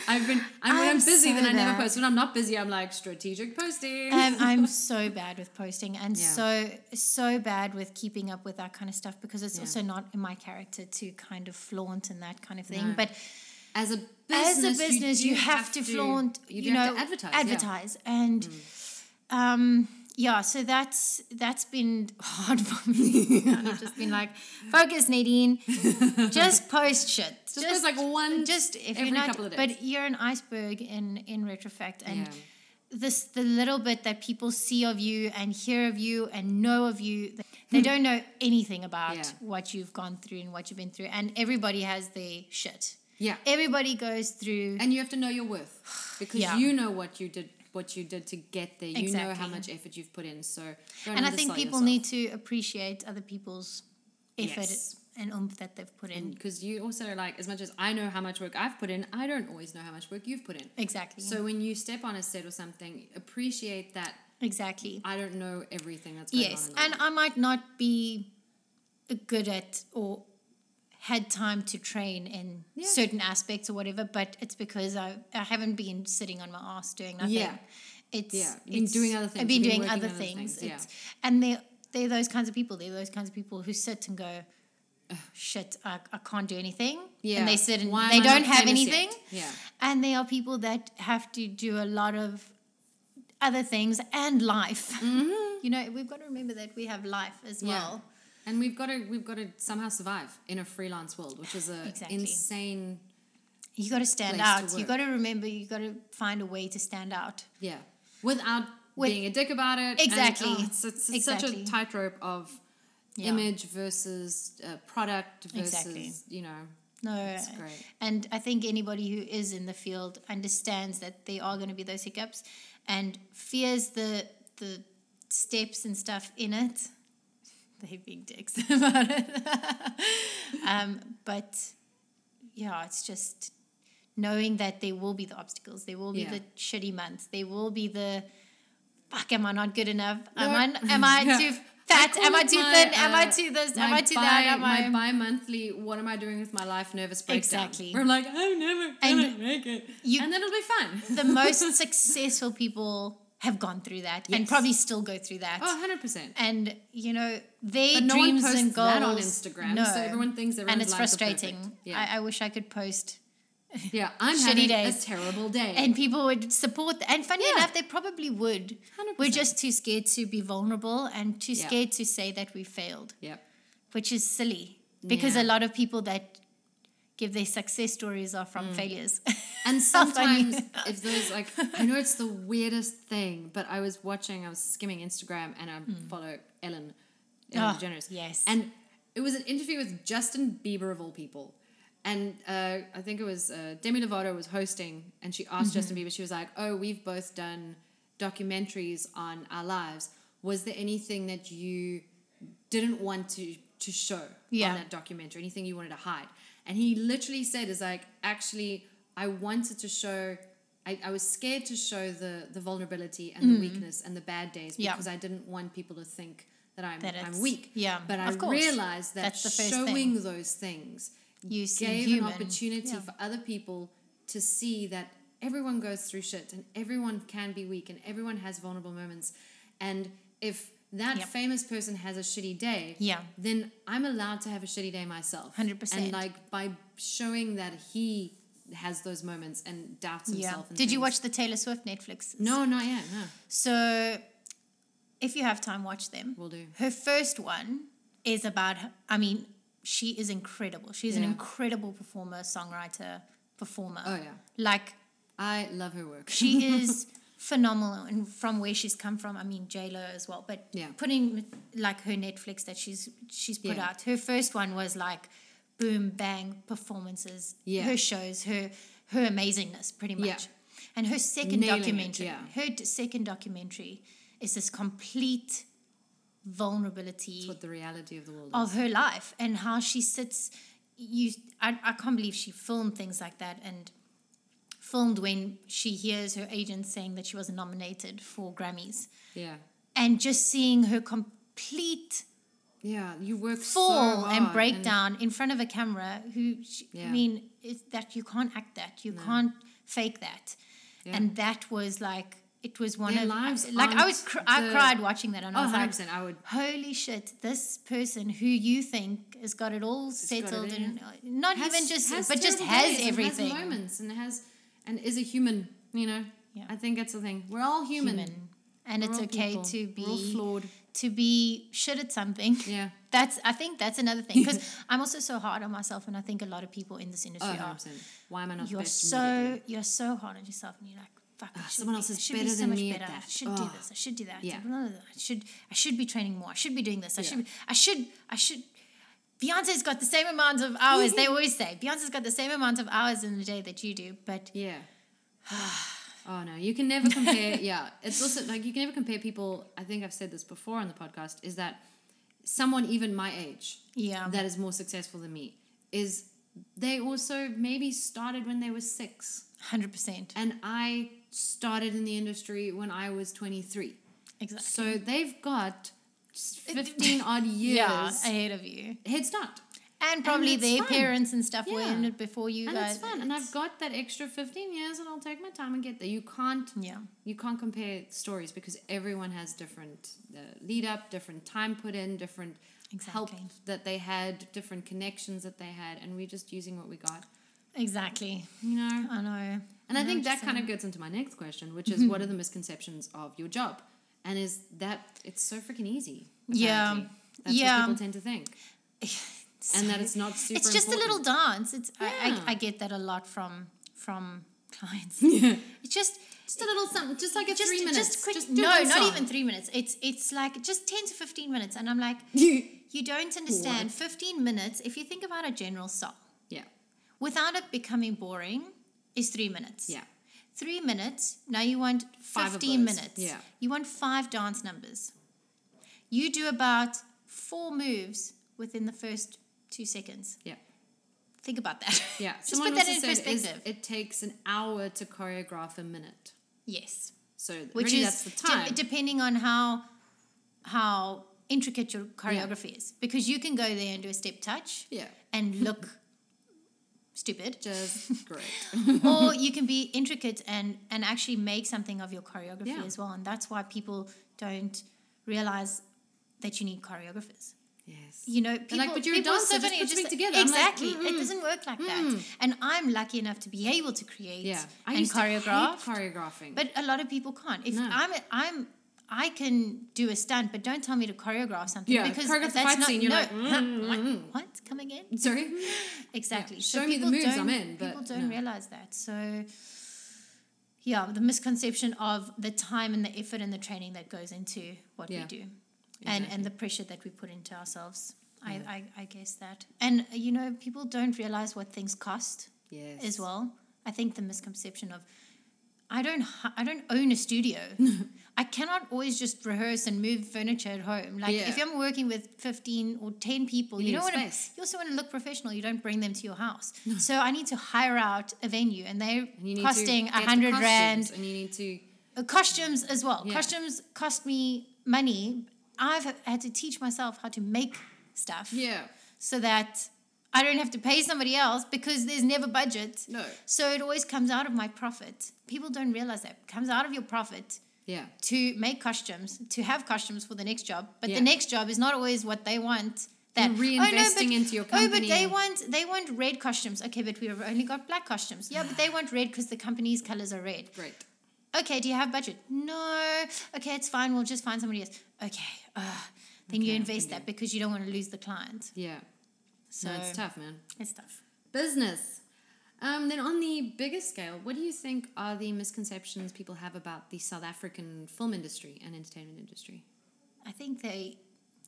S1: I've been. I'm, when
S2: I'm
S1: I'm busy,
S2: so
S1: then I never
S2: bad.
S1: post. When I'm not busy, I'm like strategic posting.
S2: um, I'm so bad with posting and
S1: Yeah.
S2: so so bad with keeping up with that kind of stuff because it's
S1: Yeah.
S2: also not in my character to kind of flaunt and that kind of thing.
S1: No.
S2: But
S1: as a
S2: as
S1: business,
S2: a business,
S1: do
S2: you, have, to flaunt.
S1: You,
S2: You,
S1: do
S2: know,
S1: have to advertise. yeah. Mm.
S2: advertise, and um, yeah. So that's that's been hard for me. And I've just been like, focus, Nadine. just post shit.
S1: Just, post like one.
S2: just if
S1: every
S2: you're not,
S1: couple of days.
S2: but you're an iceberg in in retrospect, and
S1: Yeah.
S2: this the little bit that people see of you and hear of you and know of you they don't know anything about
S1: Hmm. Yeah.
S2: what you've gone through and what you've been through and everybody has their shit
S1: yeah,
S2: everybody goes through
S1: and you have to know your worth because
S2: Yeah.
S1: you know what you did, what you did to get there. You know how
S2: Exactly.
S1: much effort you've put in. So don't
S2: and i think
S1: undersell
S2: people
S1: yourself.
S2: need to appreciate other people's effort
S1: Yes.
S2: and oomph that they've put in
S1: because you also like as much as I know how much work I've put in, I don't always know how much work you've put in.
S2: exactly
S1: So when you step on a set or something, appreciate that
S2: exactly
S1: I don't know everything that's going on.
S2: yes
S1: in the
S2: and i might not be good at or had time to train in
S1: Yeah.
S2: certain aspects or whatever but it's because i, I haven't been sitting on my ass doing nothing
S1: Yeah.
S2: it's
S1: Yeah, you've been
S2: it's-
S1: doing other things,
S2: i've been
S1: you've been
S2: doing
S1: working
S2: other
S1: other
S2: things,
S1: things, yeah.
S2: It's, and they're they're those kinds of people they're those kinds of people who sit and go "Oh, shit i, I can't do anything and they sit and
S1: Why
S2: they
S1: am I
S2: don't
S1: not
S2: have
S1: famous
S2: anything
S1: yet? Yeah.
S2: and they are people that have to do a lot of other things and life. You know, we've got to remember that we have life as
S1: Mm-hmm. Yeah.
S2: well.
S1: And we've got to we've got to somehow survive in a freelance world, which is a
S2: Exactly.
S1: insane
S2: You got to stand
S1: Place to
S2: out. you
S1: work.
S2: got to remember. You got to find a way to stand out.
S1: yeah. Without
S2: With-
S1: being a dick about it. and-
S2: Exactly.
S1: oh, it's it's, it's such
S2: Exactly.
S1: a tightrope of
S2: Yeah.
S1: image versus uh, product versus
S2: Exactly.
S1: you know.
S2: No,
S1: That's
S2: uh,
S1: great.
S2: and I think anybody who is in the field understands that there are going to be those hiccups, and fears the the steps and stuff in it. They being dicks about it. um, but yeah, it's just knowing that there will be the obstacles, there will be
S1: Yeah.
S2: the shitty months, there will be the fuck. Am I not good enough? Am
S1: No.
S2: I am I
S1: Yeah.
S2: too fat?
S1: call
S2: am I
S1: it
S2: too
S1: my,
S2: thin? am I
S1: uh,
S2: too this?
S1: my
S2: Am I too
S1: bi-
S2: that? Am
S1: my
S2: I
S1: bi-monthly what am I doing with my life nervous breakdown.
S2: Exactly.
S1: Where I'm like, I'm never gonna
S2: And
S1: make it.
S2: you-
S1: and then it'll be fun.
S2: the most successful people have gone through that and
S1: Yes.
S2: probably still go through that.
S1: Oh, 100%.
S2: And you know, their
S1: But no one
S2: dreams
S1: posts
S2: and goals.
S1: that on Instagram,
S2: No.
S1: so everyone thinks
S2: and
S1: everyone's
S2: it's
S1: lives are perfect.
S2: frustrating.
S1: Yeah.
S2: I, I wish I could post,
S1: Yeah, I'm
S2: Shitty
S1: having
S2: days.
S1: a terrible day.
S2: and people would support. That. And funny
S1: Yeah.
S2: enough, they probably would.
S1: 100%.
S2: we are just too scared to be vulnerable and too
S1: Yeah.
S2: scared to say that we failed,
S1: yep.
S2: which is silly because
S1: Yeah.
S2: a lot of people that give their success stories are
S1: Mm.
S2: from failures.
S1: And
S2: How funny.
S1: sometimes if there's like, I know it's the weirdest thing, but I was watching, I was skimming Instagram, and I follow Ellen, Ellen
S2: Hmm. Oh,
S1: DeGeneres.
S2: yes.
S1: and it was an interview with Justin Bieber of all people. And uh, I think it was uh, Demi Lovato was hosting, and she asked Justin
S2: Mm-hmm.
S1: Bieber. She was like, "Oh, we've both done documentaries on our lives. Was there anything that you didn't want to to show
S2: Yeah.
S1: on that documentary? Anything you wanted to hide?" And he literally said, "Is like actually, I wanted to show." I, I was scared to show the the vulnerability and the weakness and the bad days
S2: Mm. Yeah.
S1: because I didn't want people to think that I'm
S2: That
S1: I'm
S2: it's-
S1: weak.
S2: yeah,
S1: but I
S2: of course.
S1: realized that
S2: That's the first
S1: showing
S2: thing.
S1: those things
S2: you see
S1: gave
S2: human.
S1: an opportunity
S2: Yeah.
S1: for other people to see that everyone goes through shit and everyone can be weak and everyone has vulnerable moments. And if that
S2: Yep.
S1: famous person has a shitty day,
S2: Yeah.
S1: then I'm allowed to have a shitty day myself.
S2: 100%.
S1: And like by showing that he has those moments and doubts
S2: Yeah.
S1: himself.
S2: Did
S1: and
S2: you
S1: things-
S2: watch the Taylor Swift Netflix?
S1: No, not yet. No,
S2: So if you have time, watch them.
S1: we'll do.
S2: Her first one is about, her- I mean, she is incredible. She's an
S1: Yeah.
S2: incredible performer, songwriter, performer.
S1: Oh yeah,
S2: Like,
S1: I love her work.
S2: she is phenomenal. And from where she's come from, I mean, Lo as well. But
S1: Yeah.
S2: putting like her Netflix that she's she's put
S1: Yeah.
S2: out, her first one was like boom, bang, performances,
S1: Yeah.
S2: her shows, her her amazingness, pretty much.
S1: Yeah.
S2: And her second
S1: Nailing it,
S2: documentary,
S1: yeah.
S2: her d- second documentary is this complete vulnerability Oh.
S1: That's what the reality of the world is.
S2: of her life and how she sits you I, I can't believe she filmed things like that and filmed when she hears her agent saying that she wasn't nominated for Grammys
S1: Yeah.
S2: and just seeing her complete
S1: Yeah. You work
S2: fall
S1: so
S2: and
S1: hard
S2: breakdown in front of a camera who she, i
S1: Yeah.
S2: mean it's that you can't act that you can't fake that
S1: Yeah.
S2: and that was like it was one
S1: Their
S2: of
S1: lives
S2: like i
S1: aren't
S2: was cr- i
S1: the-
S2: cried watching that and i
S1: Oh,
S2: was like
S1: 100%. I would.
S2: holy shit this person who you think has got it all
S1: got it
S2: settled
S1: in.
S2: and uh, not
S1: has-
S2: even just
S1: has
S2: but just
S1: terrible
S2: has
S1: days and
S2: everything
S1: Has moments and has and is a human. You know.
S2: Yeah.
S1: I think that's the thing. We're all human.
S2: Human. and
S1: We're
S2: it's
S1: all
S2: okay
S1: people.
S2: to
S1: We're all
S2: be
S1: flawed.
S2: to be shit at something
S1: Yeah.
S2: That's I think that's another thing because I'm also so hard on myself, and I think a lot of people in this
S1: Oh,
S2: industry are.
S1: 100%. Why am I not the
S2: You're
S1: best
S2: so
S1: immediately?
S2: you're so hard on yourself, and you're like, "Fuck, I
S1: Ah,
S2: should
S1: someone
S2: be-
S1: else
S2: I
S1: is
S2: should be
S1: better
S2: so
S1: than
S2: much
S1: me at
S2: better. I
S1: that."
S2: should do
S1: Oh.
S2: this. I should do that.
S1: Yeah.
S2: Blah, blah, blah. I should I should be training more. I should be doing this. I
S1: Yeah.
S2: should be, I should I should. Beyonce's got the same amount of hours. they always say Beyonce's got the same amount of hours in the day that you do, but
S1: Yeah. oh no, you can never compare. Yeah, it's also like you can never compare people. I think I've said this before on the podcast. Is that someone even my age
S2: yeah,
S1: that is more successful than me is they also maybe started when they were six,
S2: hundred percent
S1: and I started in the industry when I was twenty three.
S2: exactly.
S1: So they've got fifteen odd years
S2: yeah, ahead of you,
S1: head start.
S2: and probably
S1: it's
S2: their
S1: fun.
S2: parents and stuff were in
S1: Yeah.
S2: it before you
S1: and
S2: guys.
S1: it's fun. And I've got that extra 15 years, and I'll take my time and get there. You can't,
S2: yeah.
S1: you can't compare stories because everyone has different uh, lead up, different time put in, different help
S2: Exactly.
S1: that they had, different connections that they had, and we're just using what we got,
S2: Exactly.
S1: you know.
S2: I know.
S1: And I think that kind of gets into my next question, which is what are the misconceptions of your job? And is that it's so freaking easy?
S2: Yeah.
S1: apparently. That's
S2: Yeah.
S1: what people tend to think, and that it's not super.
S2: it's just a little dance. It's
S1: Yeah.
S2: I, I, I get that a lot from from clients.
S1: little,
S2: It's just
S1: just a little something, just like a
S2: just
S1: three minutes,
S2: just quick.
S1: do
S2: no,
S1: one
S2: not
S1: song.
S2: even three minutes. It's it's like just ten to fifteen minutes, and I'm like, you don't understand. Fifteen minutes. If you think about a general song,
S1: yeah,
S2: without it becoming boring, is three minutes.
S1: yeah,
S2: Three minutes. Now you want
S1: Five of
S2: 15
S1: those.
S2: minutes.
S1: Yeah.
S2: You want five dance numbers. You do about four moves within the first two seconds.
S1: yeah,
S2: Think about that.
S1: yeah.
S2: Just put that in
S1: said is
S2: perspective.
S1: it takes an hour to choreograph a minute,
S2: yes.
S1: so
S2: Which
S1: really
S2: is
S1: that's the
S2: de-
S1: time.
S2: depending on how how intricate your choreography is. Because you can go there and do a step touch
S1: yeah,
S2: and look stupid.
S1: just great.
S2: or you can be intricate and and actually make something of your choreography
S1: Yeah.
S2: as well and that's why people don't realize that you need choreographers
S1: Yes,
S2: you know people,
S1: They're like, "But you're a
S2: people are
S1: dancer, just
S2: funny,
S1: put something together." I'm like,
S2: exactly it
S1: "Mm-mm, Mm.
S2: doesn't work like that and i'm lucky enough to be able to create
S1: yeah. I
S2: and
S1: used
S2: choreograph
S1: to hate choreographing.
S2: but a lot of people can't if
S1: No.
S2: i'm i'm i can do a stunt but don't tell me to choreograph something
S1: Yeah,
S2: because
S1: choreograph the
S2: that's
S1: fight
S2: not
S1: scene, you're
S2: no
S1: like, "Mm,
S2: Huh?
S1: mm,
S2: what, what come again
S1: sorry,
S2: Exactly.
S1: Yeah, show me the
S2: people
S1: moves I'm
S2: don't-
S1: in, but
S2: people don't
S1: no.
S2: realize that. So, yeah, the misconception of the time and the effort and the training that goes into what we
S1: Yeah,
S2: do, and and the pressure that we put into ourselves. I, I I guess that, and uh, you know, people don't realize what things cost
S1: yes,
S2: as well. I think the misconception of I don't h- I don't own a studio. I cannot always just rehearse and move furniture at home. Like if
S1: Yeah.
S2: I'm working with 15 or 10 people,
S1: You need
S2: you, don't want to
S1: space.
S2: you also want to look professional. You don't bring them to your house. so I need to hire out a venue and they're
S1: And you need
S2: costing
S1: to get the
S2: 100
S1: costumes
S2: rand
S1: and you need to
S2: uh, costumes as well.
S1: Yeah.
S2: Costumes cost me money. I've had to teach myself how to make stuff
S1: yeah,
S2: so that I don't have to pay somebody else because there's never budget.
S1: no,
S2: So it always comes out of my profit. People don't realize that. It comes out of your profit
S1: yeah,
S2: to make costumes, to have costumes for the next job. But
S1: Yeah.
S2: the next job is not always what they want. That
S1: You're reinvesting into your
S2: Oh, but
S1: company."
S2: they want they want red costumes. Okay, but we've only got black costumes. Yeah, but they want red because the company's colors are red.
S1: great.
S2: Okay, do you have budget? No. Okay, it's fine. We'll just find somebody else. Okay. Ugh. Then
S1: Okay,
S2: you
S1: I
S2: invest
S1: can
S2: that because you don't want to lose the client.
S1: Yeah,
S2: So
S1: no, it's tough, man.
S2: It's tough.
S1: business. Um, then on the bigger scale, what do you think are the misconceptions people have about the South African film industry and entertainment industry?
S2: I think they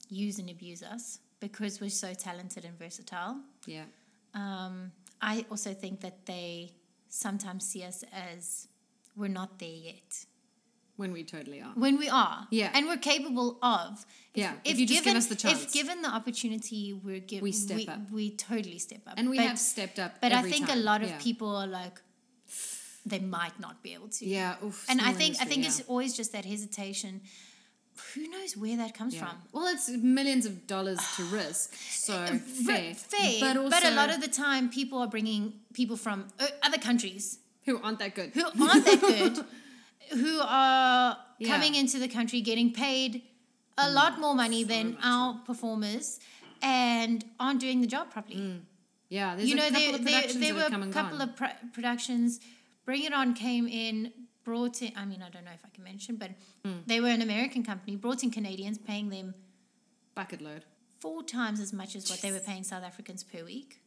S2: use and abuse us because we're so talented and versatile.
S1: Yeah,
S2: Um, I also think that they sometimes see us as we're not there yet.
S1: We're when we totally are.
S2: when we are
S1: Yeah.
S2: and we're capable of If-
S1: Yeah, if you just give us the chance.
S2: if given the opportunity we're given
S1: We step up.
S2: we totally step up
S1: And we
S2: But-
S1: have stepped up.
S2: but i
S1: every
S2: think
S1: time.
S2: a lot of
S1: Yeah.
S2: people are like they might not be able to
S1: Yeah. oof,
S2: and i
S1: small
S2: think i
S1: industry,
S2: think
S1: yeah.
S2: it's always just that hesitation who knows where that comes
S1: Yeah.
S2: from
S1: Well, it's millions of dollars to risk. So fair,
S2: But fair,
S1: but also
S2: a lot of the time people are bringing people from uh, other countries
S1: who aren't that good.
S2: who aren't that good, who are
S1: Yeah. Mm.
S2: coming into the country getting paid a lot more money than
S1: much
S2: our performers and aren't doing the job properly.
S1: yeah, Mm. there's
S2: You know,
S1: a couple
S2: there,
S1: of
S2: there,
S1: productions
S2: there
S1: that
S2: were
S1: have
S2: a
S1: come and
S2: couple
S1: gone.
S2: of pro- productions. Bring It On came in, brought in, I mean, I don't know if I can mention, but
S1: Mm.
S2: they were an American company, brought in Canadians, paying them
S1: bucket load.
S2: four times as much as what they were paying South Africans per week.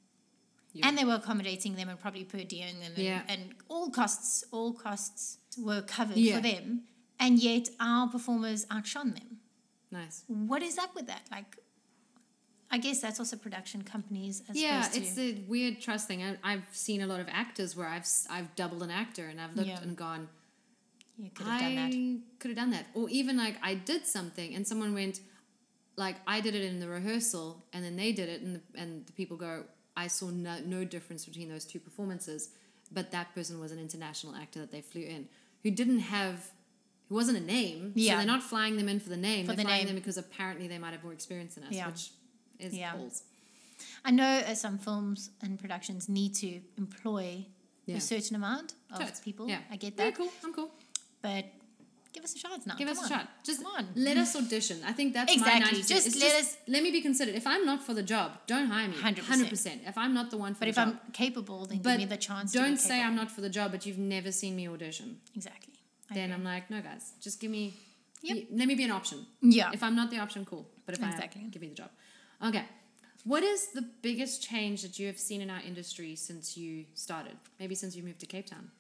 S1: Yeah.
S2: And they were accommodating them and probably per diem them and,
S1: Yeah.
S2: and all costs, all costs were covered
S1: Yeah.
S2: for them. And yet our performers outshone them.
S1: Nice.
S2: What is up with that? Like, I guess that's also production companies as
S1: Yeah,
S2: opposed to.
S1: it's the weird trust thing. I, I've seen a lot of actors where I've s- I've doubled an actor and I've looked
S2: Yeah.
S1: and gone,
S2: you could have done that.
S1: I could have done that. Or even like I did something and someone went, like I did it in the rehearsal and then they did it and the, and the people go, I saw no, no difference between those two performances, but that person was an international actor that they flew in who didn't have, who wasn't a name. So
S2: Yeah.
S1: they're not flying them in for the name.
S2: For
S1: they're
S2: the
S1: flying
S2: name.
S1: them because apparently they might have more experience than us,
S2: Yeah.
S1: which is
S2: Yeah.
S1: balls.
S2: I know uh, some films and productions need to employ
S1: Yeah.
S2: a certain amount of
S1: Totes.
S2: people.
S1: Yeah.
S2: I get
S1: Yeah,
S2: that.
S1: cool. I'm cool.
S2: But give us a shot now.
S1: Give
S2: Come
S1: us
S2: on.
S1: a shot. Oh, Just
S2: Come on.
S1: let us audition. I think that's my
S2: Exactly.
S1: 90%.
S2: Just
S1: It's
S2: let us-
S1: Let me be considered. If I'm not for the job, don't hire me.
S2: 100%.
S1: percent. If I'm not the one for
S2: But
S1: the
S2: if
S1: job,
S2: I'm capable, then
S1: but
S2: give me the chance to be
S1: don't say
S2: capable.
S1: I'm not for the job, but you've never seen me audition.
S2: Exactly. I
S1: then
S2: agree.
S1: I'm like, no, guys, just give me.
S2: Yep.
S1: y- Let me be an option.
S2: Yeah.
S1: um, If I'm not the option, cool. But if I
S2: Exactly.
S1: am, give me the job. Okay. What is the biggest change that you have seen in our industry since you started? Maybe since you moved to Cape Town.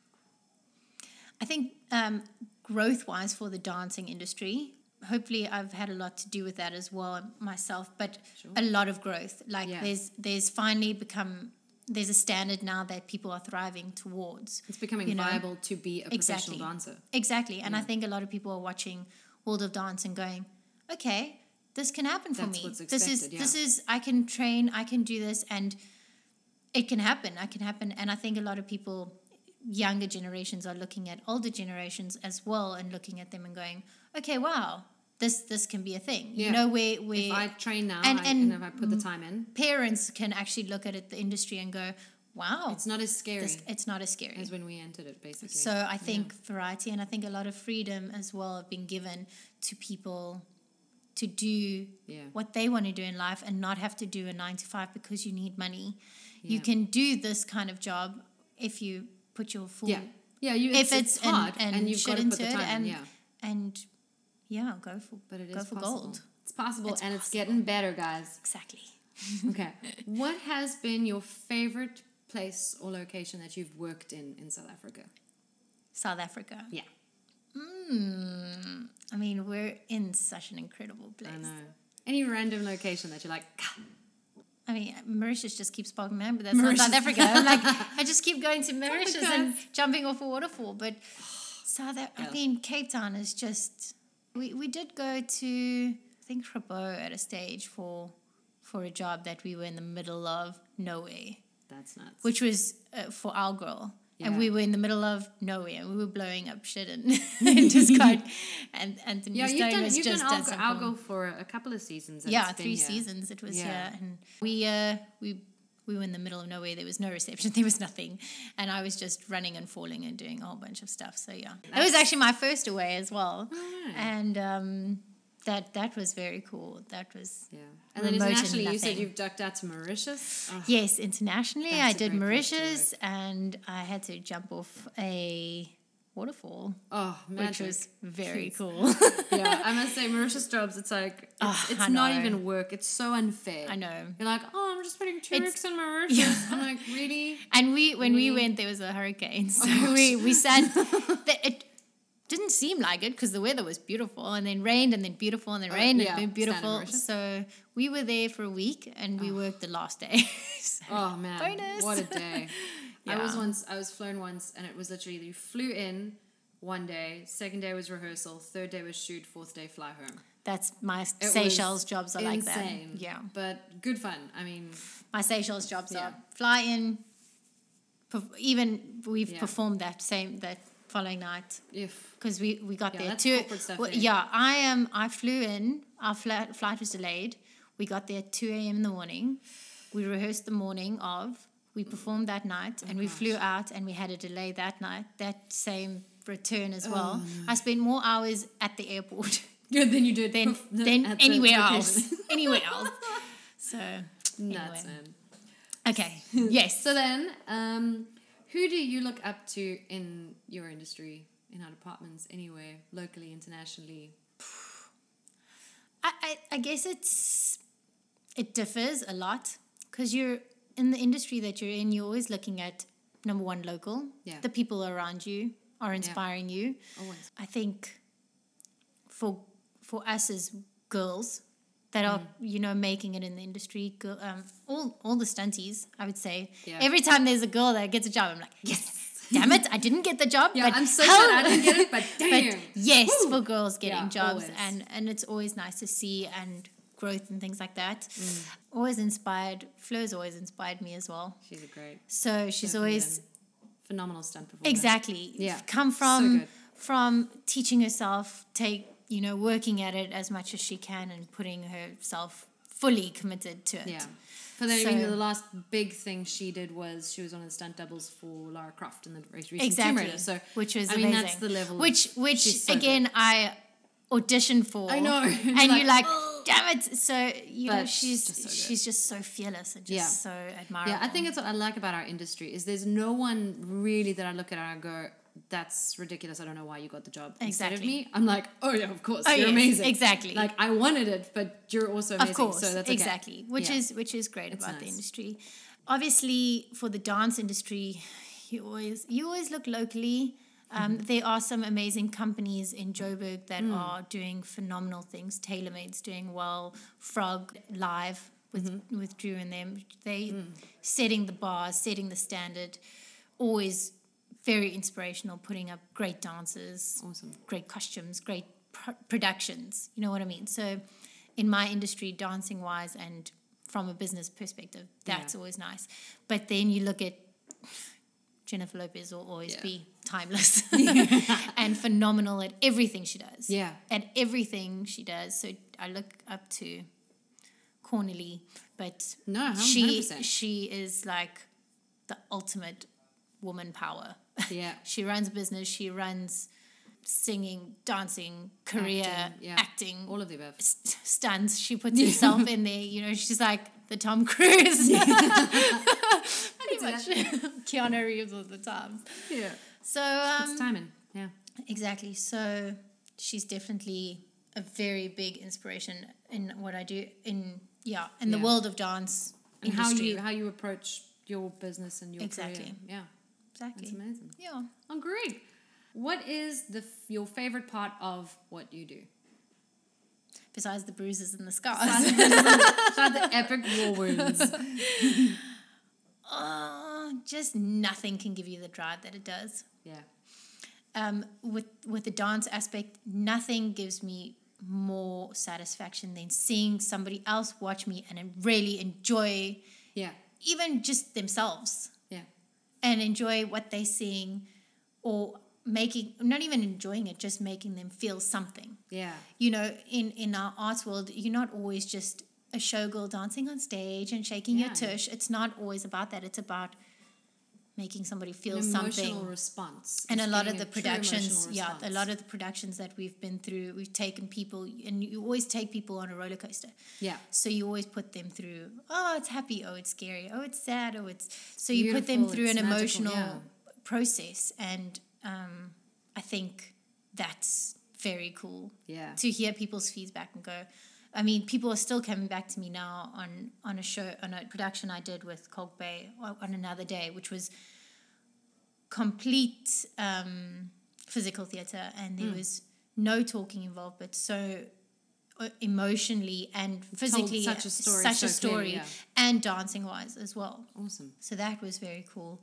S2: I think um, growth wise for the dancing industry, hopefully I've had a lot to do with that as well myself, but a lot of growth. Like
S1: Yeah.
S2: there's there's finally become there's a standard now that people are thriving towards.
S1: It's becoming
S2: You know,
S1: viable to be a professional
S2: exactly.
S1: dancer.
S2: Exactly. And I think a lot of people are watching World of Dance and going, okay, this can happen for
S1: That's
S2: me.
S1: what's
S2: this is
S1: expected,
S2: this
S1: yeah.
S2: is I can train, I can do this and it can happen. I can happen and I think a lot of people younger generations are looking at older generations as well and looking at them and going, okay, wow, this this can be a thing.
S1: Yeah.
S2: You know where where
S1: If I train now
S2: And-
S1: I-
S2: and-
S1: and if I put the time in,
S2: parents can actually look at it, the industry and go, wow,
S1: It's not as scary
S2: this, it's not as scary.
S1: as when we entered it, basically.
S2: So I think variety and I think a lot of freedom as well have been given to people to do
S1: yeah,
S2: what they want to do in life and not have to do a nine to five because you need money. You
S1: Yeah.
S2: can do this kind of job if you put your full
S1: yeah, yeah. You, it's,
S2: if it's
S1: it's
S2: and-
S1: hard, and,
S2: and
S1: you've got to
S2: shit
S1: put the
S2: into it
S1: time
S2: and-
S1: in. Yeah,
S2: and yeah, go for
S1: but it is
S2: go for
S1: possible.
S2: gold.
S1: It's possible,
S2: It's
S1: and it's getting better, guys.
S2: Exactly.
S1: Okay, what has been your favorite place or location that you've worked in in South Africa?
S2: South Africa.
S1: Yeah,
S2: Mm, I mean, we're in such an incredible place.
S1: I know. Any random location that you're like, "Gah,
S2: I mean, Mauritius just keeps bogging me, but that's not South
S1: Mauritius.
S2: Africa. I'm like, I just keep going to Mauritius and
S1: Africa.
S2: jumping off a waterfall. But South, Af-
S1: Yeah.
S2: I mean, Cape Town is just. We we did go to I think Rabaul at a stage for for a job that we were in the middle of nowhere,
S1: that's nuts.
S2: which was uh, for our girl. And
S1: Yeah.
S2: we were in the middle of nowhere, and we were blowing up shit and, and just going. And Anthony
S1: yeah,
S2: Stone
S1: you've done
S2: was
S1: you've
S2: just
S1: done
S2: done
S1: Algo,
S2: something
S1: Algo for a couple of seasons. and
S2: yeah,
S1: it's been
S2: three
S1: here.
S2: seasons it was
S1: Yeah.
S2: yeah. and we uh we we were in the middle of nowhere. There was no reception. There was nothing, and I was just running and falling and doing a whole bunch of stuff. So yeah, it was actually my first away as well,
S1: Alright.
S2: and um, that that was very cool. That was
S1: Yeah, and then
S2: Remote and
S1: internationally, you said
S2: nothing. Ah,
S1: you've ducked out to Mauritius. Oh,
S2: yes, internationally
S1: That's a
S2: I did
S1: great place to
S2: Mauritius, and I had to jump off a waterfall,
S1: oh magic.
S2: which was very cool.
S1: yeah, I must say, Mauritius jobs, it's like, it's,
S2: Ah,
S1: it's
S2: I
S1: not
S2: know.
S1: even work. It's so unfair.
S2: I know.
S1: You're like, oh, I'm just putting two
S2: It's-
S1: weeks in Mauritius.
S2: Yeah.
S1: I'm like, really?
S2: And we, when we,
S1: We-
S2: went, there was a hurricane, so
S1: Oh,
S2: we we sat. the, it didn't seem like it because the weather was beautiful, and then rained, and then beautiful, and then
S1: Uh,
S2: rained,
S1: yeah,
S2: and then
S1: standard
S2: beautiful.
S1: version.
S2: So we were there for a week, and we worked the last day. So
S1: Oh, man.
S2: Bonus.
S1: What a day. I was
S2: Yeah.
S1: once, I was flown once, and it was literally you flew in, one day. Second day was rehearsal. Third day was shoot. Fourth day fly home.
S2: That's my
S1: It was
S2: Seychelles jobs are like that.
S1: insane,
S2: Yeah.
S1: But good fun. I mean,
S2: My Seychelles jobs
S1: Yeah.
S2: are fly in, perf- even we've
S1: Yeah.
S2: performed that same, that following night.
S1: if
S2: because we, we got
S1: Yeah,
S2: there
S1: that's
S2: too.
S1: corporate stuff,
S2: well,
S1: eh?
S2: yeah, I um I flew in. Our flight flight was delayed. We got there at two a.m. in the morning. We rehearsed the morning of. We performed that night, and
S1: Oh,
S2: we flew out, and we had a delay that night. That same return as well.
S1: Oh,
S2: I spent more hours at the airport
S1: good, then you do it.
S2: than
S1: poof, no,
S2: than
S1: at the
S2: anywhere
S1: location.
S2: else. anywhere else. So
S1: Nuts,
S2: anyway.
S1: man.
S2: okay, yes.
S1: So then, um, who do you look up to in your industry, in our departments, anywhere, locally, internationally?
S2: I, I, I guess it's it differs a lot because you're in the industry that you're in. You're always looking at number one local.
S1: Yeah.
S2: The people around you are inspiring you.
S1: Always.
S2: I think for for us as girls that are
S1: Mm.
S2: you know making it in the industry, girl, um, all all the stunties, I would say.
S1: Yeah.
S2: Every time there's a girl that gets a job, I'm like, yes. Damn it! I didn't get the job.
S1: Yeah,
S2: but
S1: I'm so
S2: how-
S1: sad I didn't get it, but damn.
S2: but yes, for girls getting
S1: Yeah,
S2: jobs,
S1: always.
S2: and and it's always nice to see and growth and things like that.
S1: Mm.
S2: Always inspired. Flo's always inspired me as well.
S1: She's a great,
S2: So she's always
S1: phenomenal stunt performer.
S2: exactly
S1: Yeah,
S2: come
S1: so
S2: from
S1: good.
S2: from teaching herself, take you know working at it as much as she can and putting herself fully committed to it.
S1: Yeah. For the, I mean,
S2: So-
S1: the last big thing she did was she was one of the stunt doubles for Lara Croft in the race recent
S2: Exactly.
S1: Tomb Raider. So
S2: which was
S1: I mean
S2: amazing.
S1: that's the level.
S2: Which which
S1: she's so
S2: again I auditioned for.
S1: I know. It's
S2: and
S1: like,
S2: you're like,
S1: "Oh."
S2: damn it. So you know
S1: But
S2: she's
S1: just so good.
S2: she's just so fearless and just
S1: Yeah.
S2: so admirable.
S1: yeah, I think that's what I like about our industry is there's no one really that I look at and I go, that's ridiculous. I don't know why you got the job instead of
S2: Exactly.
S1: me. I'm like, oh yeah, of course,
S2: Oh,
S1: you're
S2: yes,
S1: amazing.
S2: exactly.
S1: Like I wanted it, but you're also amazing.
S2: of course,
S1: so that's okay.
S2: exactly, which
S1: Yeah.
S2: is which is great
S1: It's
S2: about the
S1: nice.
S2: industry. Obviously, for the dance industry, you always you always look locally. Um,
S1: Mm-hmm.
S2: There are some amazing companies in Joburg that
S1: Mm.
S2: are doing phenomenal things. TaylorMade's doing well. Frog Live with
S1: Mm-hmm.
S2: with Drew and them, they
S1: Mm.
S2: setting the bar, setting the standard. Always very inspirational, putting up great dancers
S1: awesome.
S2: great costumes, great pr- productions. You know what I mean? So, in my industry, dancing wise, and from a business perspective, that's
S1: Yeah.
S2: always nice. But then you look at Jennifer Lopez will always
S1: Yeah.
S2: be timeless and phenomenal at everything she does.
S1: Yeah.
S2: At everything she does. So I look up to Cornely, but
S1: No,
S2: she
S1: 100%.
S2: she is like the ultimate woman power.
S1: Yeah.
S2: She runs business, she runs singing, dancing, career,
S1: Acting,
S2: acting,
S1: yeah. All of the above.
S2: st- stunts. She puts herself in there, you know, she's like the Tom Cruise. Pretty much Keanu Reeves all the time.
S1: Yeah.
S2: So
S1: it's
S2: um,
S1: timing. Yeah.
S2: exactly. So she's definitely a very big inspiration in what I do in yeah, in the
S1: Yeah.
S2: world of dance
S1: And how
S2: industry.
S1: you how you approach your business and your career.
S2: Exactly.
S1: Yeah. That's
S2: exactly.
S1: amazing.
S2: Yeah.
S1: Oh, great. What is the f- your favorite part of what you do?
S2: Besides the bruises and the
S1: Besides
S2: scars.
S1: the epic war wounds.
S2: Oh, just nothing can give you the drive that it does.
S1: Yeah.
S2: um, with with the dance aspect, nothing gives me more satisfaction than seeing somebody else watch me and en- really enjoy
S1: Yeah.
S2: even just themselves
S1: Yeah.
S2: and enjoy what they're seeing or making not even enjoying it just making them feel something
S1: Yeah.
S2: you know in in our arts world you're not always just a showgirl dancing on stage and shaking your
S1: Yeah.
S2: tush it's not always about that it's about making somebody feel
S1: An
S2: something
S1: emotional response.
S2: and a
S1: It's
S2: lot of
S1: getting
S2: the
S1: a true
S2: productions
S1: emotional
S2: yeah a
S1: response.
S2: lot of the productions that we've been through we've taken people and you always take people on a roller coaster
S1: Yeah.
S2: so you always put them through oh it's happy oh it's scary oh it's sad oh it's so you put them
S1: Beautiful,
S2: through an
S1: it's magical,
S2: emotional
S1: yeah.
S2: process and um, i think that's very cool
S1: Yeah.
S2: to hear people's feedback and go I mean, people are still coming back to me now on on a show on a production I did with Cog Bay on another day, which was complete um, physical theatre, and
S1: Hmm.
S2: there was no talking involved, but so uh, emotionally and physically
S1: such a story
S2: such a
S1: so clearly,
S2: story,
S1: yeah.
S2: and dancing wise as well.
S1: Awesome.
S2: So that was very cool.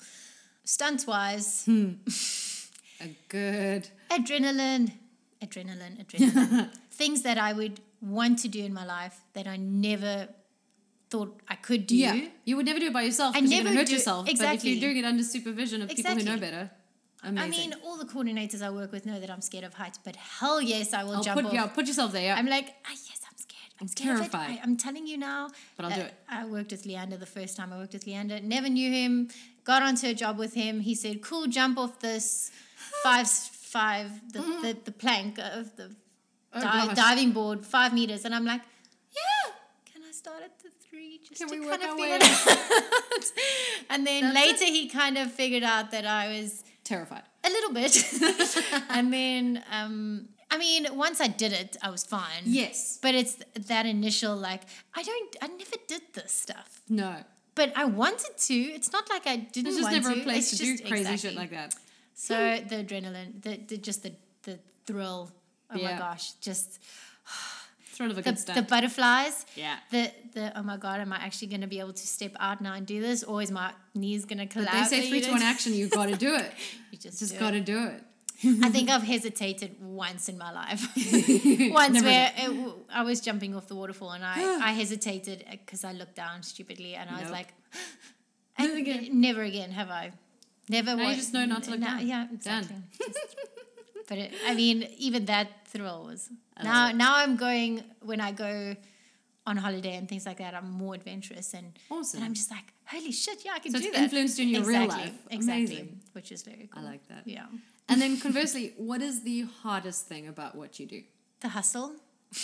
S2: Stunts wise,
S1: a good.
S2: adrenaline, adrenaline, adrenaline. Things that I would want to do in my life that I never thought I could do.
S1: Yeah. You would never do it by yourself
S2: I
S1: because you're going
S2: never
S1: to hurt
S2: do-
S1: yourself. But if
S2: exactly.
S1: you're doing it under supervision of people who know
S2: Exactly.
S1: better,
S2: I
S1: amazing.
S2: mean, all the coordinators I work with know that I'm scared of heights, but hell yes, I will
S1: I'll
S2: jump
S1: put,
S2: off.
S1: yeah, put yourself there.
S2: I'm like, ah, yes, I'm scared. I'm,
S1: I'm
S2: scared Of
S1: terrified.
S2: it. I, I'm telling you now.
S1: But I'll do it.
S2: I worked with Leander the first time I worked with Leander. Never knew him. Got onto a job with him. He said, cool, jump off this five, five, the, the, the plank of the
S1: Mm. Oh,
S2: di-
S1: gosh.
S2: diving board, five meters. And I'm like, yeah, can I start at the three? Just
S1: Can
S2: to
S1: we
S2: kind
S1: work
S2: of
S1: our
S2: feel
S1: way
S2: it out. and then
S1: That's
S2: later he kind of figured out that I was
S1: terrified.
S2: a little bit. and then, um, I mean, once I did it, I was fine.
S1: Yes.
S2: But it's that initial, like, I don't, I never did this stuff,
S1: No.
S2: but I wanted to. It's not like I didn't
S1: There's just
S2: want
S1: never
S2: to.
S1: a place
S2: It's
S1: to do
S2: just-
S1: crazy shit
S2: exactly.
S1: like that.
S2: So the adrenaline, the, the just the, the thrill. Oh my
S1: Yeah.
S2: gosh, just
S1: Sort of a
S2: the,
S1: good stunt.
S2: the butterflies.
S1: yeah.
S2: The, the oh my god am I actually going to be able to step out now and do this or is my knees going to
S1: But
S2: collapse?
S1: they say three to one action, you got to do it.
S2: You just,
S1: Just
S2: do
S1: got
S2: it.
S1: to do it.
S2: I think I've hesitated once in my life. once
S1: Never
S2: where it, w- I was jumping off the waterfall and I, I hesitated because I looked down stupidly and I was
S1: Nope.
S2: like, and
S1: Never again.
S2: never again have I. Never
S1: Now you
S2: wa-
S1: just know not to look
S2: now-
S1: down.
S2: Yeah,
S1: Done.
S2: exactly. Just- but it, I mean, even that thrill was.
S1: I love
S2: Now, now I'm going, when I go on holiday and things like that, I'm more adventurous and, and I'm
S1: Awesome.
S2: just like, holy shit, yeah, I can
S1: So
S2: do
S1: it's
S2: that.
S1: influenced you in your
S2: exactly,
S1: real life.
S2: Exactly.
S1: Amazing.
S2: Which is very
S1: I
S2: cool.
S1: like that.
S2: Yeah.
S1: And then conversely, what is the hardest thing about what you do?
S2: The hustle.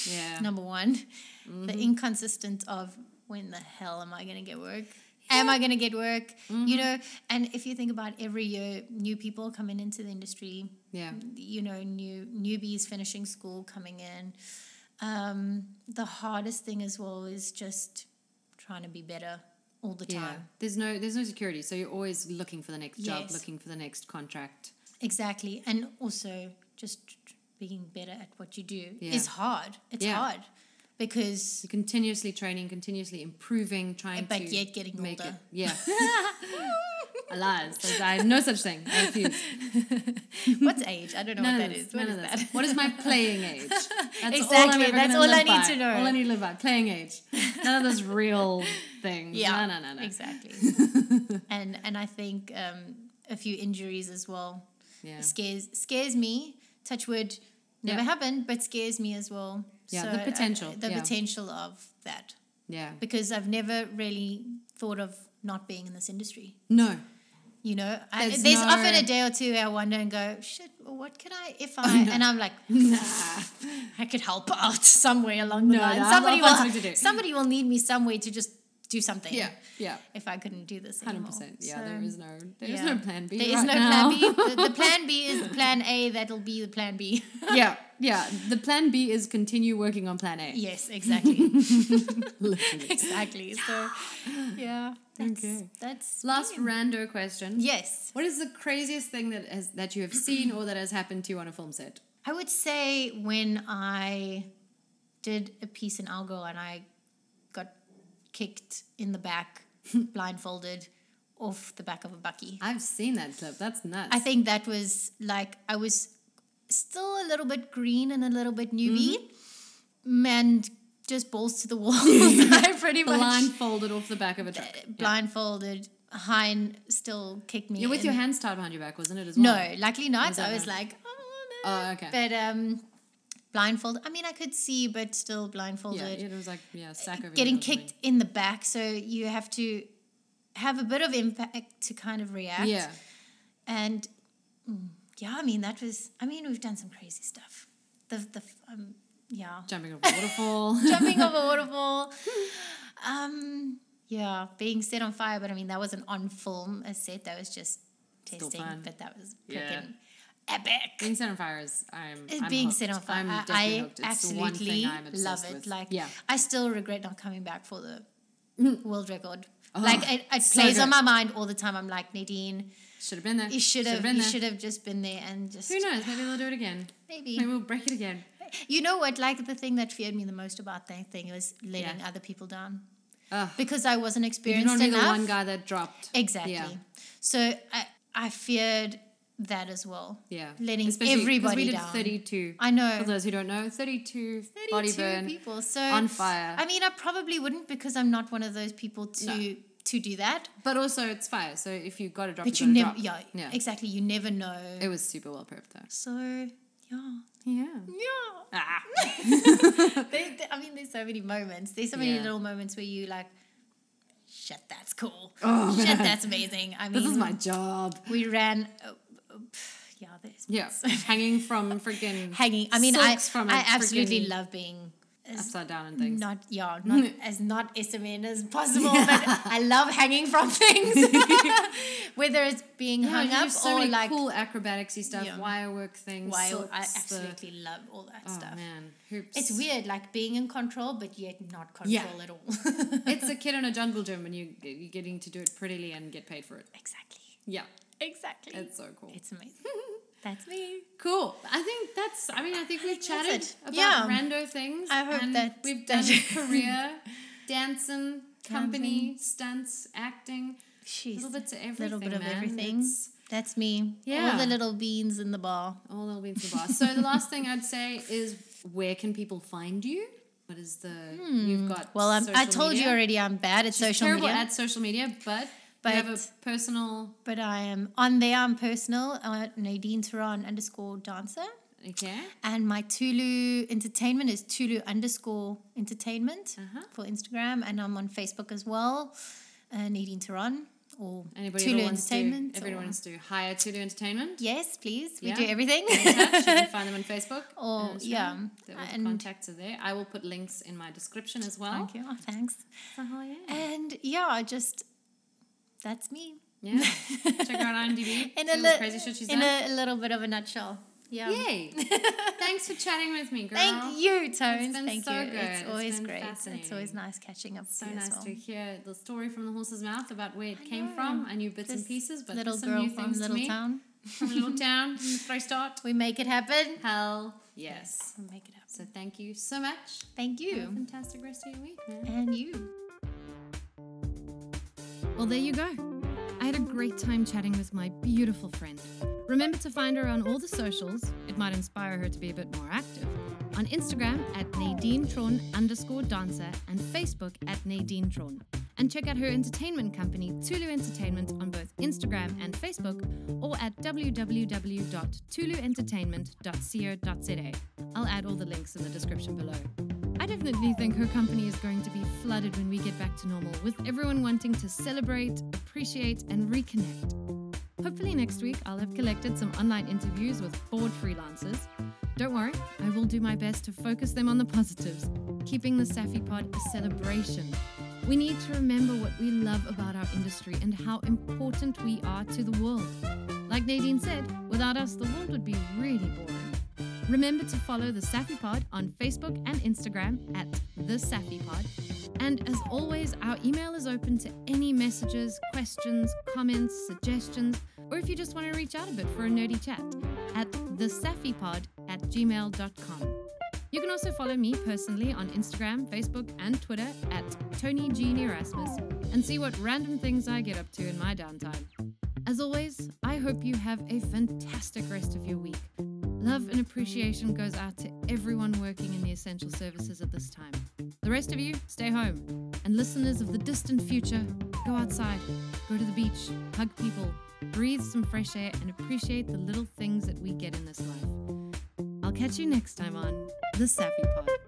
S1: Yeah. Mm-hmm.
S2: number one the inconsistent of when the hell am i going to get work am i going to get work
S1: Mm-hmm.
S2: you know and if you think about every year new people coming into the industry
S1: Yeah.
S2: you know new newbies finishing school coming in um, the hardest thing as well is just trying to be better all the
S1: Yeah.
S2: time
S1: There's no there's no security, so you're always looking for the next job,
S2: Yes.
S1: looking for the next contract.
S2: exactly and also just tr- tr- being better at what you do
S1: Yeah.
S2: is hard it's
S1: Yeah.
S2: hard because
S1: So continuously training, continuously improving, trying
S2: but
S1: to
S2: yet getting
S1: make
S2: older
S1: it. Yeah. Alas, there's I no such thing. I refuse.
S2: what's age i don't know
S1: None
S2: what
S1: of
S2: that
S1: this,
S2: is what
S1: none
S2: is
S1: of
S2: that
S1: this. What is my playing age? That's
S2: Exactly,
S1: ever
S2: that's
S1: gonna
S2: all I
S1: live
S2: need
S1: by.
S2: to know.
S1: All I need to live by. Playing age. None of this real thing.
S2: Yeah,
S1: No, no, no, no.
S2: Exactly. and and I think um, a few injuries as well
S1: Yeah.
S2: scares scares me. Touch wood, never
S1: Yeah.
S2: happened, but scares me as well.
S1: Yeah,
S2: So,
S1: the
S2: uh,
S1: potential,
S2: the
S1: yeah.
S2: potential of that
S1: Yeah.
S2: because I've never really thought of not being in this industry.
S1: No.
S2: You know, I,
S1: There's
S2: there's
S1: no-
S2: often a day or two where I wonder and go, shit, well, what can I if I?
S1: no.
S2: And I'm like,
S1: Nah.
S2: I could help out somewhere along the
S1: No,
S2: line.
S1: no, I've
S2: somebody
S1: got
S2: will,
S1: something to do.
S2: somebody will need me somewhere to just do something.
S1: Yeah. Yeah.
S2: If I couldn't do this,
S1: Hundred
S2: anymore.
S1: percent. Yeah.
S2: So-
S1: there is no. There is
S2: yeah.
S1: no plan B.
S2: There is
S1: right
S2: no
S1: now.
S2: plan B. The, the plan B is the plan A. That'll be the plan B.
S1: yeah. Yeah. The plan B is continue working on plan A.
S2: yes, exactly,
S1: Literally.
S2: exactly. So, yeah, that's
S1: Okay.
S2: that's
S1: Last rando question.
S2: yes.
S1: What is the craziest thing that has that you have seen or that has happened to you on a film set?
S2: I would say when I did a piece in Algo and I got kicked in the back, blindfolded, off the back of a bucky.
S1: I've seen that clip. That's nuts.
S2: I think that was like I was still a little bit green and a little bit newbie,
S1: Mm-hmm.
S2: mm and just balls to the wall. I pretty much
S1: blindfolded off the back of a truck.
S2: blindfolded. Hein still kicked me.
S1: You're with your
S2: in.
S1: hands tied behind your back, wasn't it? As well.
S2: No, luckily not.
S1: that
S2: I was
S1: no?
S2: like, oh, no.
S1: Oh, okay.
S2: but um, blindfold. I mean, I could see, but still blindfolded.
S1: yeah, it was like yeah, sack over
S2: Getting
S1: your head or
S2: kicked in the back, so you have to have a bit of impact to kind of react.
S1: something. Yeah.
S2: And mm, yeah, I mean that was. I mean we've done some crazy stuff. The the um, yeah,
S1: Jumping off a waterfall.
S2: jumping over waterfall. Um, yeah, being set on fire. But I mean that wasn't on film as set. That was just
S1: Still
S2: testing.
S1: fun.
S2: But that was freaking
S1: Yeah.
S2: epic.
S1: being set on fire is I'm,
S2: It's
S1: I'm
S2: being
S1: hooked.
S2: set on fire.
S1: I'm
S2: i
S1: definitely
S2: I
S1: hooked. It's the one
S2: absolutely
S1: thing I'm obsessed
S2: love it.
S1: with.
S2: Like
S1: yeah. Mm.
S2: I still regret not coming back for the world record.
S1: Oh,
S2: like it, it
S1: so
S2: plays on
S1: good.
S2: my mind all the time. I'm like Nadine,
S1: Should have been there.
S2: you should have,
S1: been
S2: you
S1: there.
S2: should have just been there and just
S1: Who knows? Maybe they'll do it again.
S2: maybe.
S1: Maybe we'll break it again.
S2: You know what? Like the thing that feared me the most about that thing was letting
S1: Yeah.
S2: other people down
S1: Ugh.
S2: because I wasn't
S1: You
S2: experienced
S1: don't want to be the
S2: enough.
S1: one guy that dropped.
S2: Exactly.
S1: Yeah.
S2: So I, I feared that as well.
S1: Yeah.
S2: Letting
S1: 'cause
S2: everybody
S1: we did
S2: down.
S1: 32.
S2: I know.
S1: For those who don't know, 32,
S2: 32
S1: body burn.
S2: people. So
S1: on fire.
S2: I mean, I probably wouldn't because I'm not one of those people to
S1: No.
S2: to do that.
S1: But also, it's fire. So if you got a drop,
S2: But
S1: you,
S2: you
S1: got a
S2: never,
S1: drop.
S2: yeah,
S1: Yeah.
S2: exactly. You never know.
S1: It was super well prepped, though.
S2: so yeah,
S1: Yeah.
S2: yeah.
S1: Ah.
S2: There- there- I mean, there's so many moments. There's so many
S1: Yeah.
S2: little moments where you like, shit, that's cool.
S1: Oh,
S2: shit,
S1: man.
S2: that's amazing. I mean,
S1: This is my job.
S2: we ran. Uh, uh, pff, yeah, there's
S1: Yeah. Hanging from freaking
S2: hanging. I mean, I,
S1: Silks from a
S2: I absolutely
S1: friggin'
S2: love being as
S1: upside down and things.
S2: not yeah, not as not SMN as possible, but I love hanging from things. Whether it's being
S1: Yeah,
S2: hung
S1: you do
S2: up
S1: so
S2: or
S1: many
S2: like
S1: cool acrobaticsy stuff,
S2: Yeah.
S1: wire work things.
S2: why
S1: silks,
S2: I
S1: the-
S2: absolutely love all that
S1: oh,
S2: stuff.
S1: man, hoops.
S2: It's weird, like being in control but yet not control
S1: Yeah.
S2: at all.
S1: It's a kid in a jungle gym, and you you're getting to do it prettily and get paid for it.
S2: exactly.
S1: Yeah,
S2: Exactly.
S1: it's so cool.
S2: It's amazing. That's me.
S1: Cool. I think that's. I mean, I think we've
S2: that's
S1: chatted
S2: it.
S1: about
S2: Yeah.
S1: rando things.
S2: I hope
S1: and
S2: that-
S1: we've done
S2: that-
S1: career, dancing, company, stunts, acting, a
S2: She's
S1: little bits of everything.
S2: little bit of
S1: man.
S2: everything.
S1: It's-
S2: That's me. All
S1: Yeah.
S2: the little beans in the bar.
S1: All the wins the boss. So the last thing I'd say is where can people find you? What is the you've got?
S2: Hmm. Well, I'm, I
S1: social
S2: told
S1: media.
S2: you already I'm bad at
S1: She's
S2: social
S1: terrible
S2: media.
S1: at social media, but,
S2: But-
S1: you have a personal.
S2: but I am on there. I'm personal. Uh, Nadine Turan underscore dancer.
S1: Okay.
S2: And my Tulu entertainment is Tulu underscore entertainment
S1: Uh-huh.
S2: for Instagram. And I'm on Facebook as well, uh, Nadine Turan or
S1: Anybody
S2: Tulu
S1: that wants
S2: Entertainment.
S1: to, everyone
S2: or-
S1: wants to hire Tulu Entertainment.
S2: yes, please. We
S1: Yeah.
S2: do everything.
S1: Get in touch. you can find them on Facebook.
S2: Or,
S1: and Instagram.
S2: yeah,
S1: The, all the
S2: and-
S1: contacts are there. I will put links in my description as well.
S2: Thank you. Oh, thanks.
S1: So, hell yeah.
S2: And yeah, I just, that's me.
S1: Yeah. Check her out on IMDb.
S2: In,
S1: see
S2: a,
S1: all the
S2: li-
S1: crazy shit she's
S2: in
S1: done.
S2: a little bit of a nutshell. Yeah.
S1: Yay. Thanks for chatting with me, girl.
S2: Thank you, Tones.
S1: been
S2: Thank
S1: so
S2: you.
S1: good.
S2: It's
S1: It's
S2: always
S1: been
S2: great. It's always
S1: fascinating.
S2: nice catching up.
S1: So
S2: with you as
S1: nice
S2: well.
S1: to hear the story from the horse's mouth about where it
S2: I
S1: came
S2: know.
S1: from. I knew bits
S2: This
S1: and pieces, but
S2: little
S1: there's some
S2: girl
S1: new
S2: from
S1: things
S2: little
S1: to me.
S2: town.
S1: From a little town in the Freistadt.
S2: We make it happen.
S1: Hell yes.
S2: We make it happen.
S1: So thank you so much.
S2: Thank
S1: Have a
S2: you.
S1: fantastic rest of your week, man.
S2: And you.
S1: Well, there you go. I had a great time chatting with my beautiful friend. Remember to find her on all the socials. It might inspire her to be a bit more active. On Instagram at Nadine Tron underscore dancer and Facebook at Nadine Tron. And check out her entertainment company, Tulu Entertainment, on both Instagram and Facebook or at www.tuluentertainment.co.za. I'll add all the links in the description below. I definitely think her company is going to be flooded when we get back to normal, with everyone wanting to celebrate, appreciate, and reconnect. Hopefully, next week I'll have collected some online interviews with bored freelancers. Don't worry, I will do my best to focus them on the positives, keeping the Safi Pod a celebration. We need to remember what we love about our industry and how important we are to the world. Like Nadine said, without us, the world would be really boring. Remember to follow the Safi Pod on Facebook and Instagram at the Safi Pod. And as always, our email is open to any messages, questions, comments, suggestions, or if you just want to reach out a bit for a nerdy chat at thesafipod at gmail.com. You can also follow me personally on Instagram, Facebook, and Twitter at Tony Jean Erasmus and see what random things I get up to in my downtime. As always, I hope you have a fantastic rest of your week. Love and appreciation goes out to everyone working in the essential services at this time. The rest of you, stay home. And listeners of the distant future, go outside, go to the beach, hug people, breathe some fresh air, and appreciate the little things that we get in this life. I'll catch you next time on The Sappy Pod.